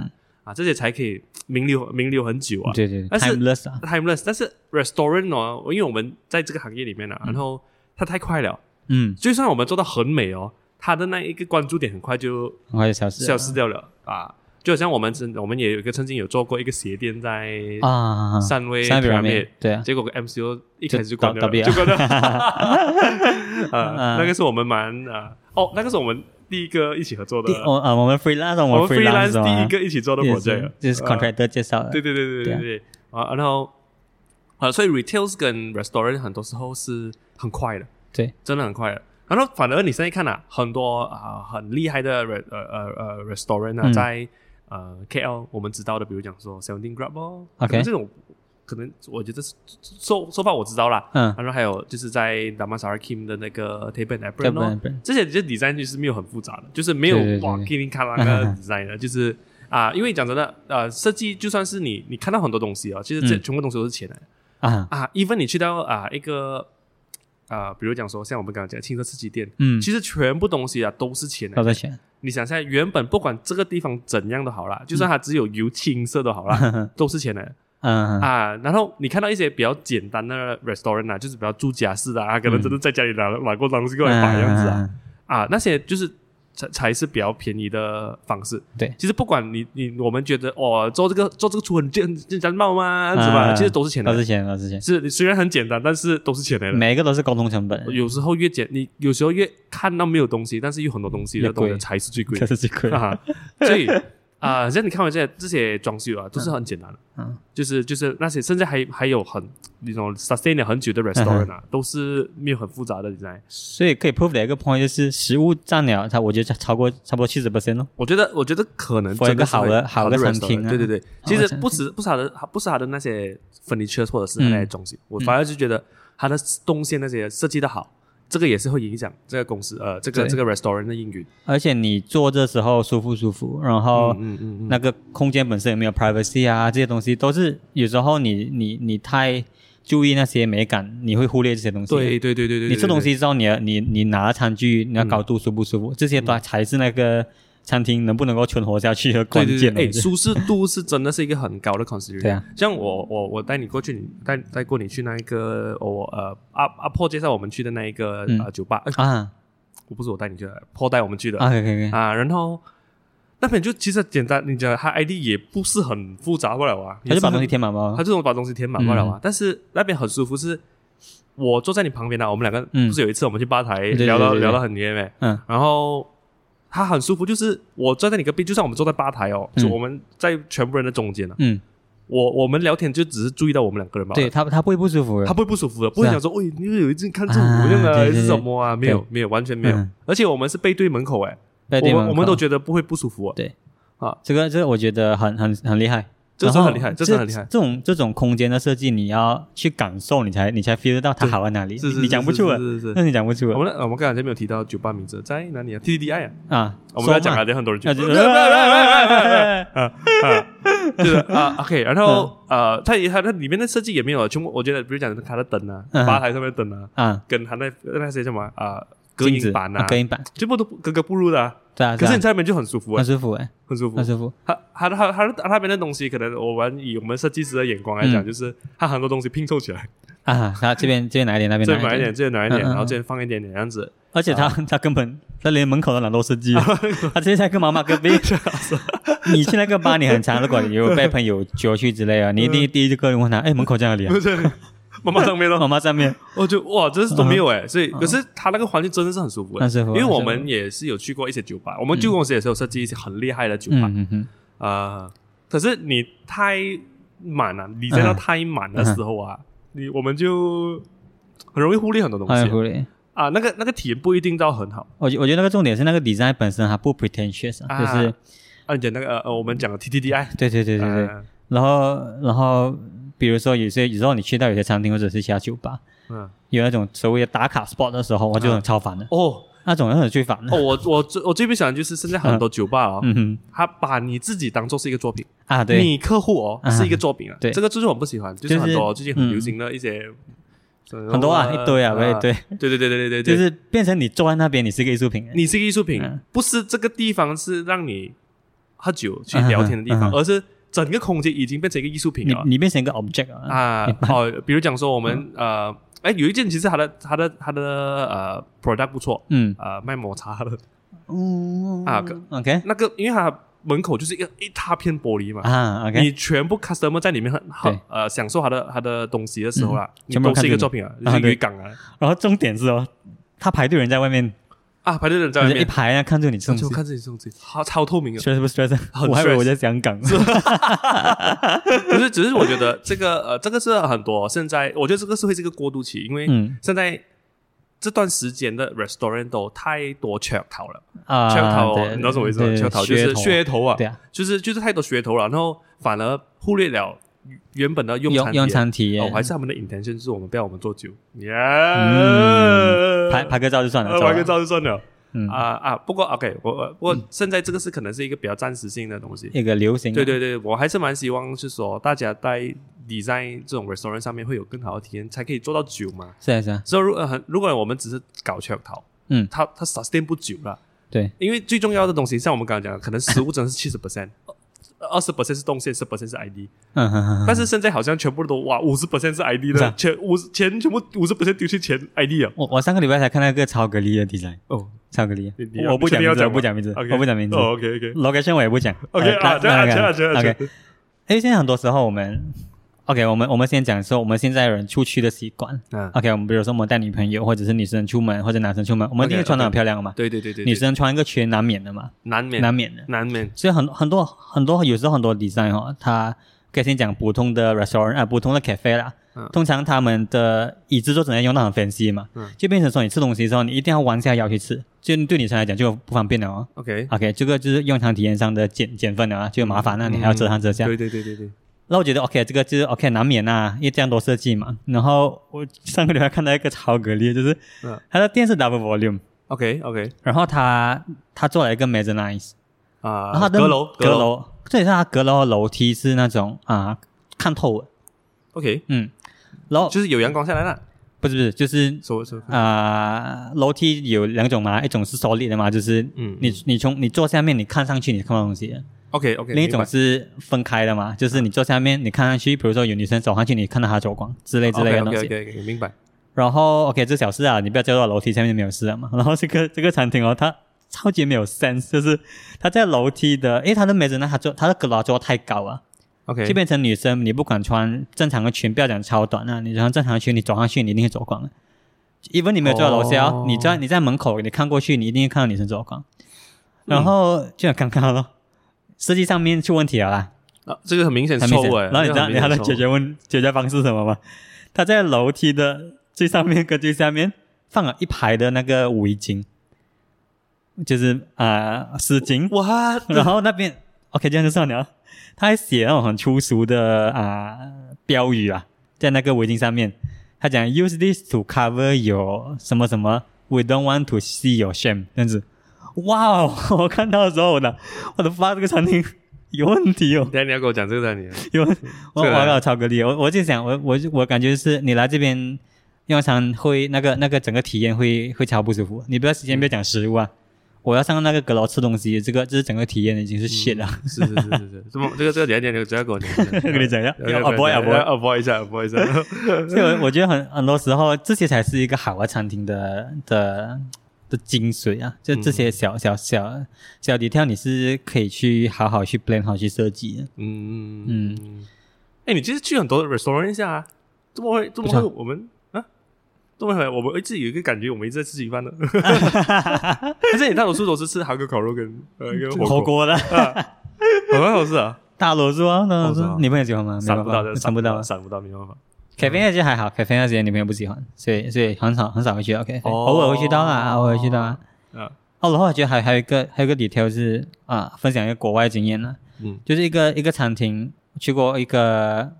[SPEAKER 1] 啊，这些才可以名留名留很久啊。
[SPEAKER 2] 嗯对对
[SPEAKER 1] 但是
[SPEAKER 2] ，timeless 啊，
[SPEAKER 1] timeless，但是 restaurant 哦，因为我们在这个行业里面啊，然后它太快了，
[SPEAKER 2] 嗯，
[SPEAKER 1] 就算我们做到很美哦，它的那一个关注点很快就
[SPEAKER 2] 很快就消失了
[SPEAKER 1] 消失掉了啊。就好像我们曾我们也有一个曾经有做过一个鞋垫在
[SPEAKER 2] 啊啊，啊
[SPEAKER 1] 汕尾
[SPEAKER 2] 三
[SPEAKER 1] p
[SPEAKER 2] 表
[SPEAKER 1] y
[SPEAKER 2] 面
[SPEAKER 1] r
[SPEAKER 2] 对啊，
[SPEAKER 1] 结果个 MCO 一开始就
[SPEAKER 2] 就
[SPEAKER 1] 关掉
[SPEAKER 2] 倒倒闭
[SPEAKER 1] 了，
[SPEAKER 2] 了
[SPEAKER 1] 就关掉 了。呃，
[SPEAKER 2] 啊嗯
[SPEAKER 1] 那个是我们蛮啊，哦，那个是我们第一个一起合作的
[SPEAKER 2] 第，哦啊，我们 freelance，
[SPEAKER 1] 我
[SPEAKER 2] 我
[SPEAKER 1] 们 freelance 第一
[SPEAKER 2] 个
[SPEAKER 1] 个一起做的
[SPEAKER 2] 也
[SPEAKER 1] project，啊
[SPEAKER 2] 是就是 contractor 介绍的，
[SPEAKER 1] 对对对对对对啊，然后啊，所以 retails 跟 restaurant 很多时候是很快的，
[SPEAKER 2] 对，
[SPEAKER 1] 真的很快的。然后反而你现在看啊，很多啊、很厉害的 re 呃呃呃 restaurant 啊，
[SPEAKER 2] 嗯
[SPEAKER 1] 在呃 KL 我们知道的，比如讲说 Seventeen Grub 哦
[SPEAKER 2] OK
[SPEAKER 1] 可能这种可能我觉得是说说法我知道啦。
[SPEAKER 2] 嗯
[SPEAKER 1] 然后还有就是在 Damansara Kim 的那个 Table and
[SPEAKER 2] 对
[SPEAKER 1] Apron
[SPEAKER 2] 不
[SPEAKER 1] 哦
[SPEAKER 2] 然，不然
[SPEAKER 1] 这些就是 design 就是没有很复杂的，就是没有
[SPEAKER 2] 对对对
[SPEAKER 1] 哇
[SPEAKER 2] 对
[SPEAKER 1] 叮叮咔啷 的 design 的，就是啊，因为讲真的，呃，设计就算是你你看到很多东西啊，其实这
[SPEAKER 2] 嗯
[SPEAKER 1] 全部东西都是钱来的、
[SPEAKER 2] 啊，
[SPEAKER 1] 啊。even 你去到啊一个啊，比如讲说像我们刚刚讲的轻车刺激店，
[SPEAKER 2] 嗯，
[SPEAKER 1] 其实全部东西啊都是钱来
[SPEAKER 2] 都
[SPEAKER 1] 的。
[SPEAKER 2] 在选，
[SPEAKER 1] 你想想，原本不管这个地方怎样都好啦，就算它只有油青色都好啦， 都是钱来的。
[SPEAKER 2] 嗯，
[SPEAKER 1] 啊，然后你看到一些比较简单的 restaurant 啊，就是比较住家式的啊，可能真的在家里拿买过东西过来摆样子啊，
[SPEAKER 2] 嗯，
[SPEAKER 1] 啊，那些就是才才是比较便宜的方式。
[SPEAKER 2] 对
[SPEAKER 1] 其实不管你你我们觉得哦，做这个做这个出很简简单冒吗？什么、
[SPEAKER 2] 啊
[SPEAKER 1] 其实都是钱来
[SPEAKER 2] 都
[SPEAKER 1] 的，
[SPEAKER 2] 是钱，都是钱，嗯
[SPEAKER 1] 是虽然很简单，但是都是钱来的。
[SPEAKER 2] 每一个都是沟通成本，
[SPEAKER 1] 有时候越简，你有时候越看到没有东西，但是有很多东西
[SPEAKER 2] 越
[SPEAKER 1] 的东西
[SPEAKER 2] 贵
[SPEAKER 1] 才是最贵的。
[SPEAKER 2] 这是最 贵的，
[SPEAKER 1] 啊，所以啊、像你看完这些这些装修啊，都是很简单的，
[SPEAKER 2] 嗯
[SPEAKER 1] 就是就是那些，甚至还还有很那种 sustain 了很
[SPEAKER 2] 嗯
[SPEAKER 1] 久的 restaurant 啊，都是没有很复杂的 design。
[SPEAKER 2] 所以可以 prove 的一个 point 就是食物占了它，我觉得超过差不多七十 percent 哦，
[SPEAKER 1] 我觉得我觉得可能
[SPEAKER 2] For
[SPEAKER 1] 真的
[SPEAKER 2] 一个
[SPEAKER 1] 是会
[SPEAKER 2] 好的
[SPEAKER 1] 好
[SPEAKER 2] 好的餐
[SPEAKER 1] restaurant，
[SPEAKER 2] 厅啊
[SPEAKER 1] 对对对，其实
[SPEAKER 2] 餐
[SPEAKER 1] 不是不是他的不是他的那些 furniture 或者是他的
[SPEAKER 2] 嗯
[SPEAKER 1] 装修，我反而就觉得它的动线那些设计的好，这个也是会影响这个公司呃这个
[SPEAKER 2] 对
[SPEAKER 1] 这个 restaurant 的营运。
[SPEAKER 2] 而且你坐这时候舒不舒服，然后
[SPEAKER 1] 嗯嗯嗯，
[SPEAKER 2] 那个空间本身有没有 privacy 啊，这些东西都是有时候你你你太注意那些美感，你会忽略这些东西。
[SPEAKER 1] 对对对对对，
[SPEAKER 2] 你吃
[SPEAKER 1] 对嗯
[SPEAKER 2] 东西之后，你的你你拿餐具，你的高度舒不舒服，这些都才是那个餐厅能不能够存活下去的关
[SPEAKER 1] 对对
[SPEAKER 2] 键。
[SPEAKER 1] 对，哎，
[SPEAKER 2] 我觉得
[SPEAKER 1] 舒适度是真的是一个很高的 consideration。
[SPEAKER 2] 对啊，
[SPEAKER 1] 像我我我带你过去，你带带过你去那一个我呃阿阿破介绍我们去的那一个、
[SPEAKER 2] 嗯
[SPEAKER 1] 呃酒吧，呃
[SPEAKER 2] 啊
[SPEAKER 1] 我不是我带你去的，破带我们去的
[SPEAKER 2] 啊，可以可以可以，
[SPEAKER 1] 啊然后那边就其实简单，你讲他 ID 也不是很复杂不了啊，
[SPEAKER 2] 他就把东
[SPEAKER 1] 也
[SPEAKER 2] 西
[SPEAKER 1] 是
[SPEAKER 2] 填嗯满
[SPEAKER 1] 很，
[SPEAKER 2] 吧
[SPEAKER 1] 他。这种把东西填满不了啊，但是那边很舒服是。我坐在你旁边啊，我们两个
[SPEAKER 2] 嗯
[SPEAKER 1] 不是有一次我们去吧台
[SPEAKER 2] 对对
[SPEAKER 1] 聊到
[SPEAKER 2] 对对
[SPEAKER 1] 聊到很远没？
[SPEAKER 2] 嗯，
[SPEAKER 1] 然后他很舒服，就是我坐在你隔壁，就像我们坐在吧台哦，
[SPEAKER 2] 嗯
[SPEAKER 1] 就我们在全部人的中间啊。
[SPEAKER 2] 嗯，
[SPEAKER 1] 我我们聊天就只是注意到我们两个人吧，
[SPEAKER 2] 对，他他不会不舒服的。
[SPEAKER 1] 他不会不舒服的，不会
[SPEAKER 2] 是啊
[SPEAKER 1] 想说，喂，你有一阵看这种模样
[SPEAKER 2] 啊
[SPEAKER 1] 啊，
[SPEAKER 2] 对对
[SPEAKER 1] 是
[SPEAKER 2] 对
[SPEAKER 1] 什么啊？没有没有，完全没有
[SPEAKER 2] 嗯。
[SPEAKER 1] 而且我们是背对门口哎，
[SPEAKER 2] 对
[SPEAKER 1] 我
[SPEAKER 2] 对
[SPEAKER 1] 们我们都
[SPEAKER 2] 得
[SPEAKER 1] 觉得不会不舒服啊。
[SPEAKER 2] 这个这个我觉得很很很厉害，
[SPEAKER 1] 这是
[SPEAKER 2] 然后
[SPEAKER 1] 很厉害这是很厉害
[SPEAKER 2] 这种这种空间的设计，你要去感受，你才你才 feel 得到它好在哪里。
[SPEAKER 1] 是是，
[SPEAKER 2] 你你讲不出
[SPEAKER 1] 啊
[SPEAKER 2] 来，，
[SPEAKER 1] 是是是。
[SPEAKER 2] 那你讲不出
[SPEAKER 1] 我
[SPEAKER 2] 来
[SPEAKER 1] 们我们刚才没有提到酒吧名字在哪里啊？T D D I 啊，
[SPEAKER 2] 啊。
[SPEAKER 1] 我们要讲
[SPEAKER 2] 说
[SPEAKER 1] 啊，
[SPEAKER 2] 嘛
[SPEAKER 1] 有很多人去
[SPEAKER 2] 要。讲
[SPEAKER 1] 就是 啊，OK，然后呃，它也它它里面的设计也没有，全部我觉得，比如讲它的灯 啊，
[SPEAKER 2] 嗯
[SPEAKER 1] 吧台上面的灯啊，
[SPEAKER 2] 啊，
[SPEAKER 1] 跟它那那些什么啊隔
[SPEAKER 2] 镜子
[SPEAKER 1] 音板啊，
[SPEAKER 2] 隔音板，
[SPEAKER 1] 全部都格格不入的啊。
[SPEAKER 2] 对啊，
[SPEAKER 1] 可
[SPEAKER 2] 对啊
[SPEAKER 1] 是你在那边就很舒服
[SPEAKER 2] 很
[SPEAKER 1] 哎，
[SPEAKER 2] 舒服哎，
[SPEAKER 1] 很舒服
[SPEAKER 2] 很。舒服。
[SPEAKER 1] 它它它它它那边的东西，可能我们以我们设计师的眼光来讲，
[SPEAKER 2] 嗯
[SPEAKER 1] 就是它很多东西拼凑起来，
[SPEAKER 2] 啊，他这边这边拿一点，那边
[SPEAKER 1] 这
[SPEAKER 2] 拿
[SPEAKER 1] 边买一点，，啊这边拿一点，
[SPEAKER 2] 嗯嗯嗯
[SPEAKER 1] 然后这边放一点点这样 子。
[SPEAKER 2] 而且他他根本他连门口都懒惰设计
[SPEAKER 1] 啊
[SPEAKER 2] 了，啊 他直接在跟妈妈隔壁。你去那个吧，你很常，如果有被朋友揪去之类啊，
[SPEAKER 1] 嗯
[SPEAKER 2] 你一定第一个人问他，哎，门口在哪里啊？
[SPEAKER 1] 妈妈上面咯，
[SPEAKER 2] 妈妈上面，
[SPEAKER 1] 我就哇，这是都没有哎、所以可是它那个环境真的是很嗯舒服、欸，
[SPEAKER 2] 很舒
[SPEAKER 1] 因
[SPEAKER 2] 服
[SPEAKER 1] 为我
[SPEAKER 2] 很舒
[SPEAKER 1] 们也是有去过一些酒吧，我们旧公司也是有设计一些很厉害的酒吧
[SPEAKER 2] 嗯嗯嗯，
[SPEAKER 1] 啊、呃可是你太满了、你真的
[SPEAKER 2] 嗯
[SPEAKER 1] 太满的时候啊，你我们就很容易忽略很多东
[SPEAKER 2] 哎，
[SPEAKER 1] 西
[SPEAKER 2] 狐狸。
[SPEAKER 1] 啊。那个那个体验不一定到很好
[SPEAKER 2] 我觉我觉得那个重点是那个 design 本身它不 pretentious，啊
[SPEAKER 1] 啊，
[SPEAKER 2] 就是
[SPEAKER 1] 啊，你讲那个呃呃，我们讲的 T T D I，
[SPEAKER 2] 对对对对对。
[SPEAKER 1] 呃
[SPEAKER 2] 然后然后比如说有些有时候你去到有些餐厅或者是其他酒吧，
[SPEAKER 1] 嗯，
[SPEAKER 2] 有那种所谓的打卡 spot 的时候，我就很超烦的，
[SPEAKER 1] 哦
[SPEAKER 2] 那种很最烦的。
[SPEAKER 1] 哦，我我最我最不喜欢就是现在很多酒吧哦，
[SPEAKER 2] 嗯哼
[SPEAKER 1] 他把你自己当做是一个作品。
[SPEAKER 2] 啊，对，
[SPEAKER 1] 你客户哦
[SPEAKER 2] 啊
[SPEAKER 1] 是一个作品啊，
[SPEAKER 2] 对
[SPEAKER 1] 这个就是我不喜欢，就是
[SPEAKER 2] 是嗯
[SPEAKER 1] 很多最近很流行的一些很
[SPEAKER 2] 很多啊，一堆啊，对对，
[SPEAKER 1] 对对对对对对，
[SPEAKER 2] 就是变成你坐在那边，你是个艺术品。
[SPEAKER 1] 你是个艺术品
[SPEAKER 2] 嗯，
[SPEAKER 1] 不是这个地方是让你喝酒去聊天的地
[SPEAKER 2] 嗯
[SPEAKER 1] 方，
[SPEAKER 2] 嗯嗯
[SPEAKER 1] 而是整个空间已经变成一个艺术品
[SPEAKER 2] 你
[SPEAKER 1] 了
[SPEAKER 2] 你变嗯成一个 object 啊，
[SPEAKER 1] 哦啊哦，比如讲说我们呃，哎，有一件其实它的它的它的呃 product 不错，
[SPEAKER 2] 嗯
[SPEAKER 1] 呃，卖抹茶的
[SPEAKER 2] 嗯
[SPEAKER 1] 啊可
[SPEAKER 2] ，OK
[SPEAKER 1] 那个，因为它门口就是一个一大片玻璃嘛，
[SPEAKER 2] 啊，OK，
[SPEAKER 1] 你全部 customer 在里面很很
[SPEAKER 2] 对嗯
[SPEAKER 1] 呃享受他的他的东西的时候啦，你
[SPEAKER 2] 全部
[SPEAKER 1] 都是一个
[SPEAKER 2] 看着你
[SPEAKER 1] 作品啊，就
[SPEAKER 2] 啊
[SPEAKER 1] 是
[SPEAKER 2] 对
[SPEAKER 1] 渔港啊
[SPEAKER 2] 然后重点是哦，他排队人在外面，
[SPEAKER 1] 啊，排队的人在外
[SPEAKER 2] 人家一
[SPEAKER 1] 面，
[SPEAKER 2] 排啊，看着你吃东西
[SPEAKER 1] 就看自己东西，超超透明的。啊
[SPEAKER 2] ，stress 不 stress？
[SPEAKER 1] 很
[SPEAKER 2] 我还以为
[SPEAKER 1] stress
[SPEAKER 2] 我在 香港，
[SPEAKER 1] 可是只是我觉得这个呃，这个是很多现在，我觉得这个是会是一个过渡期，因为
[SPEAKER 2] 嗯
[SPEAKER 1] 现在这段时间的 restaurant 都太多噱头了，
[SPEAKER 2] 啊，
[SPEAKER 1] 噱头哦
[SPEAKER 2] 对
[SPEAKER 1] 你知道什么意思吗？
[SPEAKER 2] 对
[SPEAKER 1] 噱头就是
[SPEAKER 2] 噱
[SPEAKER 1] 噱头啊
[SPEAKER 2] 头，，对啊，
[SPEAKER 1] 就是就是太多噱头了，然后反而忽略了原本的用
[SPEAKER 2] 用
[SPEAKER 1] 餐
[SPEAKER 2] 用
[SPEAKER 1] 体验
[SPEAKER 2] 餐体验
[SPEAKER 1] 哦，，还是他们的 intention 就是我们不要我们做酒，yeah，
[SPEAKER 2] 嗯拍拍个照就算了，
[SPEAKER 1] 呃拍个
[SPEAKER 2] 了，
[SPEAKER 1] 照就算了
[SPEAKER 2] 嗯
[SPEAKER 1] 啊，啊！不过 OK，我我不过现在这个是可能是一个比较暂时性的东西。
[SPEAKER 2] 一个流行，
[SPEAKER 1] 对，对对，我还是蛮希望是说大家在 design 这种 restaurant 上面会有更好的体验，才可以做到久嘛。
[SPEAKER 2] 是啊是啊，
[SPEAKER 1] 所以如果很如果我们只是搞噱头，
[SPEAKER 2] 嗯，
[SPEAKER 1] 它它 sustain 不久了，
[SPEAKER 2] 对，
[SPEAKER 1] 因为最重要的东西，像我们刚刚讲的，可能食物真的是七十 percent。二十 percent 是动线，十 percent 是 ID，
[SPEAKER 2] 嗯哼哼，
[SPEAKER 1] 但是现在好像全部都哇，五十 percent 是 ID
[SPEAKER 2] 是
[SPEAKER 1] 的
[SPEAKER 2] 啊，
[SPEAKER 1] 全五十钱全部五十 percent 丢去前 ID 啊。
[SPEAKER 2] 我我上个礼拜才看到一个超格力的 design，
[SPEAKER 1] 哦，
[SPEAKER 2] 超格力
[SPEAKER 1] 你你，要
[SPEAKER 2] 我不
[SPEAKER 1] 你确
[SPEAKER 2] 讲
[SPEAKER 1] 定
[SPEAKER 2] 名
[SPEAKER 1] 要
[SPEAKER 2] 字，我
[SPEAKER 1] 讲
[SPEAKER 2] 不
[SPEAKER 1] 吗
[SPEAKER 2] 讲名字，
[SPEAKER 1] OK
[SPEAKER 2] 我不讲名字。嗯
[SPEAKER 1] 哦，OK OK
[SPEAKER 2] location 我也不讲。
[SPEAKER 1] OK
[SPEAKER 2] 呃
[SPEAKER 1] 啊，这样啊这样啊这样啊这
[SPEAKER 2] OK，
[SPEAKER 1] 样啊。
[SPEAKER 2] 因为现在很多时候我们，OK，我们我们先讲说我们现在人出去的习惯。
[SPEAKER 1] 嗯，
[SPEAKER 2] OK，我们比如说我们带女朋友或者是女生出门或者男生出门，我们一定会
[SPEAKER 1] OK，OK
[SPEAKER 2] 穿的很漂亮的嘛。
[SPEAKER 1] 对对对对，
[SPEAKER 2] 女
[SPEAKER 1] 对
[SPEAKER 2] 生穿一个圈难免的嘛，
[SPEAKER 1] 难免
[SPEAKER 2] 难免的。
[SPEAKER 1] 难免
[SPEAKER 2] 所以很很多很多有时候很多 design 哦，它可以先讲普通的 restaurant 啊，普通的 cafe 啦
[SPEAKER 1] 嗯。
[SPEAKER 2] 通常他们的椅子都只能用到很 fancy 嘛
[SPEAKER 1] 嗯，
[SPEAKER 2] 就变成说你吃东西的时候，你一定要弯下腰去吃，就对女生来讲就不方便了哦。
[SPEAKER 1] OK，
[SPEAKER 2] OK，这个就是用餐体验上的减减分了啊，就麻烦了，
[SPEAKER 1] 嗯
[SPEAKER 2] 你还要折上折下。
[SPEAKER 1] 对对对对对，
[SPEAKER 2] 那我觉得 OK，这个就是 OK 难免啊，因为这样多设计嘛。然后我上个礼拜看到一个超给力，就是
[SPEAKER 1] 嗯
[SPEAKER 2] 它的电视 double volume，
[SPEAKER 1] OK OK
[SPEAKER 2] 然后它它做了一个 mezzanine，
[SPEAKER 1] 啊、
[SPEAKER 2] 然后它的
[SPEAKER 1] 阁楼
[SPEAKER 2] 阁楼，这也是它阁楼的楼梯是那种啊看透的，
[SPEAKER 1] OK，
[SPEAKER 2] 嗯，然后
[SPEAKER 1] 就是有阳光下来了，
[SPEAKER 2] 不是不是就是
[SPEAKER 1] 所所
[SPEAKER 2] 啊、楼梯有两种嘛，一种是 solid 的嘛，就是
[SPEAKER 1] 嗯
[SPEAKER 2] 你你从你坐下面你看上去你看不到东西的，
[SPEAKER 1] OK OK，
[SPEAKER 2] 另一种是分开的嘛，就是你坐下面你看上去，比如说有女生走上去，你看到她走光之类之类的东
[SPEAKER 1] OK
[SPEAKER 2] 西。
[SPEAKER 1] OK OK，明白。
[SPEAKER 2] 然后 OK 这小事啊，你不要叫到楼梯下面没有事了嘛。然 后这个这个餐厅哦，它超级没有 sense，就是它在楼梯的，因为它的美人呢，它做它的格拉做太高啊，
[SPEAKER 1] OK，
[SPEAKER 2] 就变成女生你不管穿正常的裙，不要讲超短啊，你穿正常的裙你走上去你一定会走光的。even 你没有坐到楼下哦，
[SPEAKER 1] 哦嗯
[SPEAKER 2] 你在你在门口你看过去，你一定会看到女生走光。然后就很尴尬咯，设计上面出问题了啦。
[SPEAKER 1] 啊这个很明显
[SPEAKER 2] 很
[SPEAKER 1] 错
[SPEAKER 2] 明显
[SPEAKER 1] 哎、
[SPEAKER 2] 然后你知
[SPEAKER 1] 这
[SPEAKER 2] 道你
[SPEAKER 1] 个很
[SPEAKER 2] 知道他
[SPEAKER 1] 明
[SPEAKER 2] 的
[SPEAKER 1] 显
[SPEAKER 2] 解
[SPEAKER 1] 错
[SPEAKER 2] 决问解决方式是什么吗？他在楼梯的最上面跟最下面放了一排的那个围巾，就是啊、呃湿巾，
[SPEAKER 1] 哇，
[SPEAKER 2] 然后那边 OK 这样就算了。他还写那种很粗俗的啊、标语啊，在那个围巾上面，他讲 use this to cover your 什么什么，we don't want to see your shame 这样子。哇哦！ 我看到的时候，我的我的妈，这个餐厅有问题哦！
[SPEAKER 1] 等一下你要给我讲这个在你
[SPEAKER 2] 因为我
[SPEAKER 1] 这
[SPEAKER 2] 我
[SPEAKER 1] 个
[SPEAKER 2] 搞超隔离，我我就想，我我我感觉是你来这边用餐会那个那个整个体验会会超不舒服。你不要先不要讲食物啊，我要上那个阁楼吃东西，这个这是整个体验已经是 shit 了。
[SPEAKER 1] 是是是是是，这么这个这个等一下你要只要给我讲，
[SPEAKER 2] 我跟你讲一下要 avoid，avoid
[SPEAKER 1] avoid 一下 avoid 一下。
[SPEAKER 2] 所以我我觉得很很多时候这些才是一个好的餐厅的的的精髓啊，就这些小小小小 detail 你是可以去好好去 plan 好去设计的。
[SPEAKER 1] 嗯嗯，哎、你其实去很多 restaurant 一下啊，这么会这么
[SPEAKER 2] 不是
[SPEAKER 1] 会
[SPEAKER 2] 啊
[SPEAKER 1] 我们啊，这么会我们一直有一个感觉，我们一直在吃几饭 呢。但是你大多数都是吃韩国烤肉跟呃跟
[SPEAKER 2] 火
[SPEAKER 1] 火锅，
[SPEAKER 2] 锅的
[SPEAKER 1] 火锅好吃啊，
[SPEAKER 2] 大螺丝啊，大螺丝
[SPEAKER 1] 大螺丝啊，
[SPEAKER 2] 你朋友喜欢吗？没
[SPEAKER 1] 闪
[SPEAKER 2] 办
[SPEAKER 1] 不
[SPEAKER 2] 法
[SPEAKER 1] 到的，
[SPEAKER 2] 想不到啊。
[SPEAKER 1] 闪不到，没办法。
[SPEAKER 2] 凯菲那些还好，凯菲那些女朋友不喜欢，所以所以很少很少会去到 K 菲，
[SPEAKER 1] 哦
[SPEAKER 2] 偶尔会去到啦，偶尔会去到啦。
[SPEAKER 1] 啊，
[SPEAKER 2] 哦，然后我觉得还还有一个还有一个 detail 是啊，分享一个国外经验啦，
[SPEAKER 1] 嗯，
[SPEAKER 2] 就是一个一个餐厅去过一个，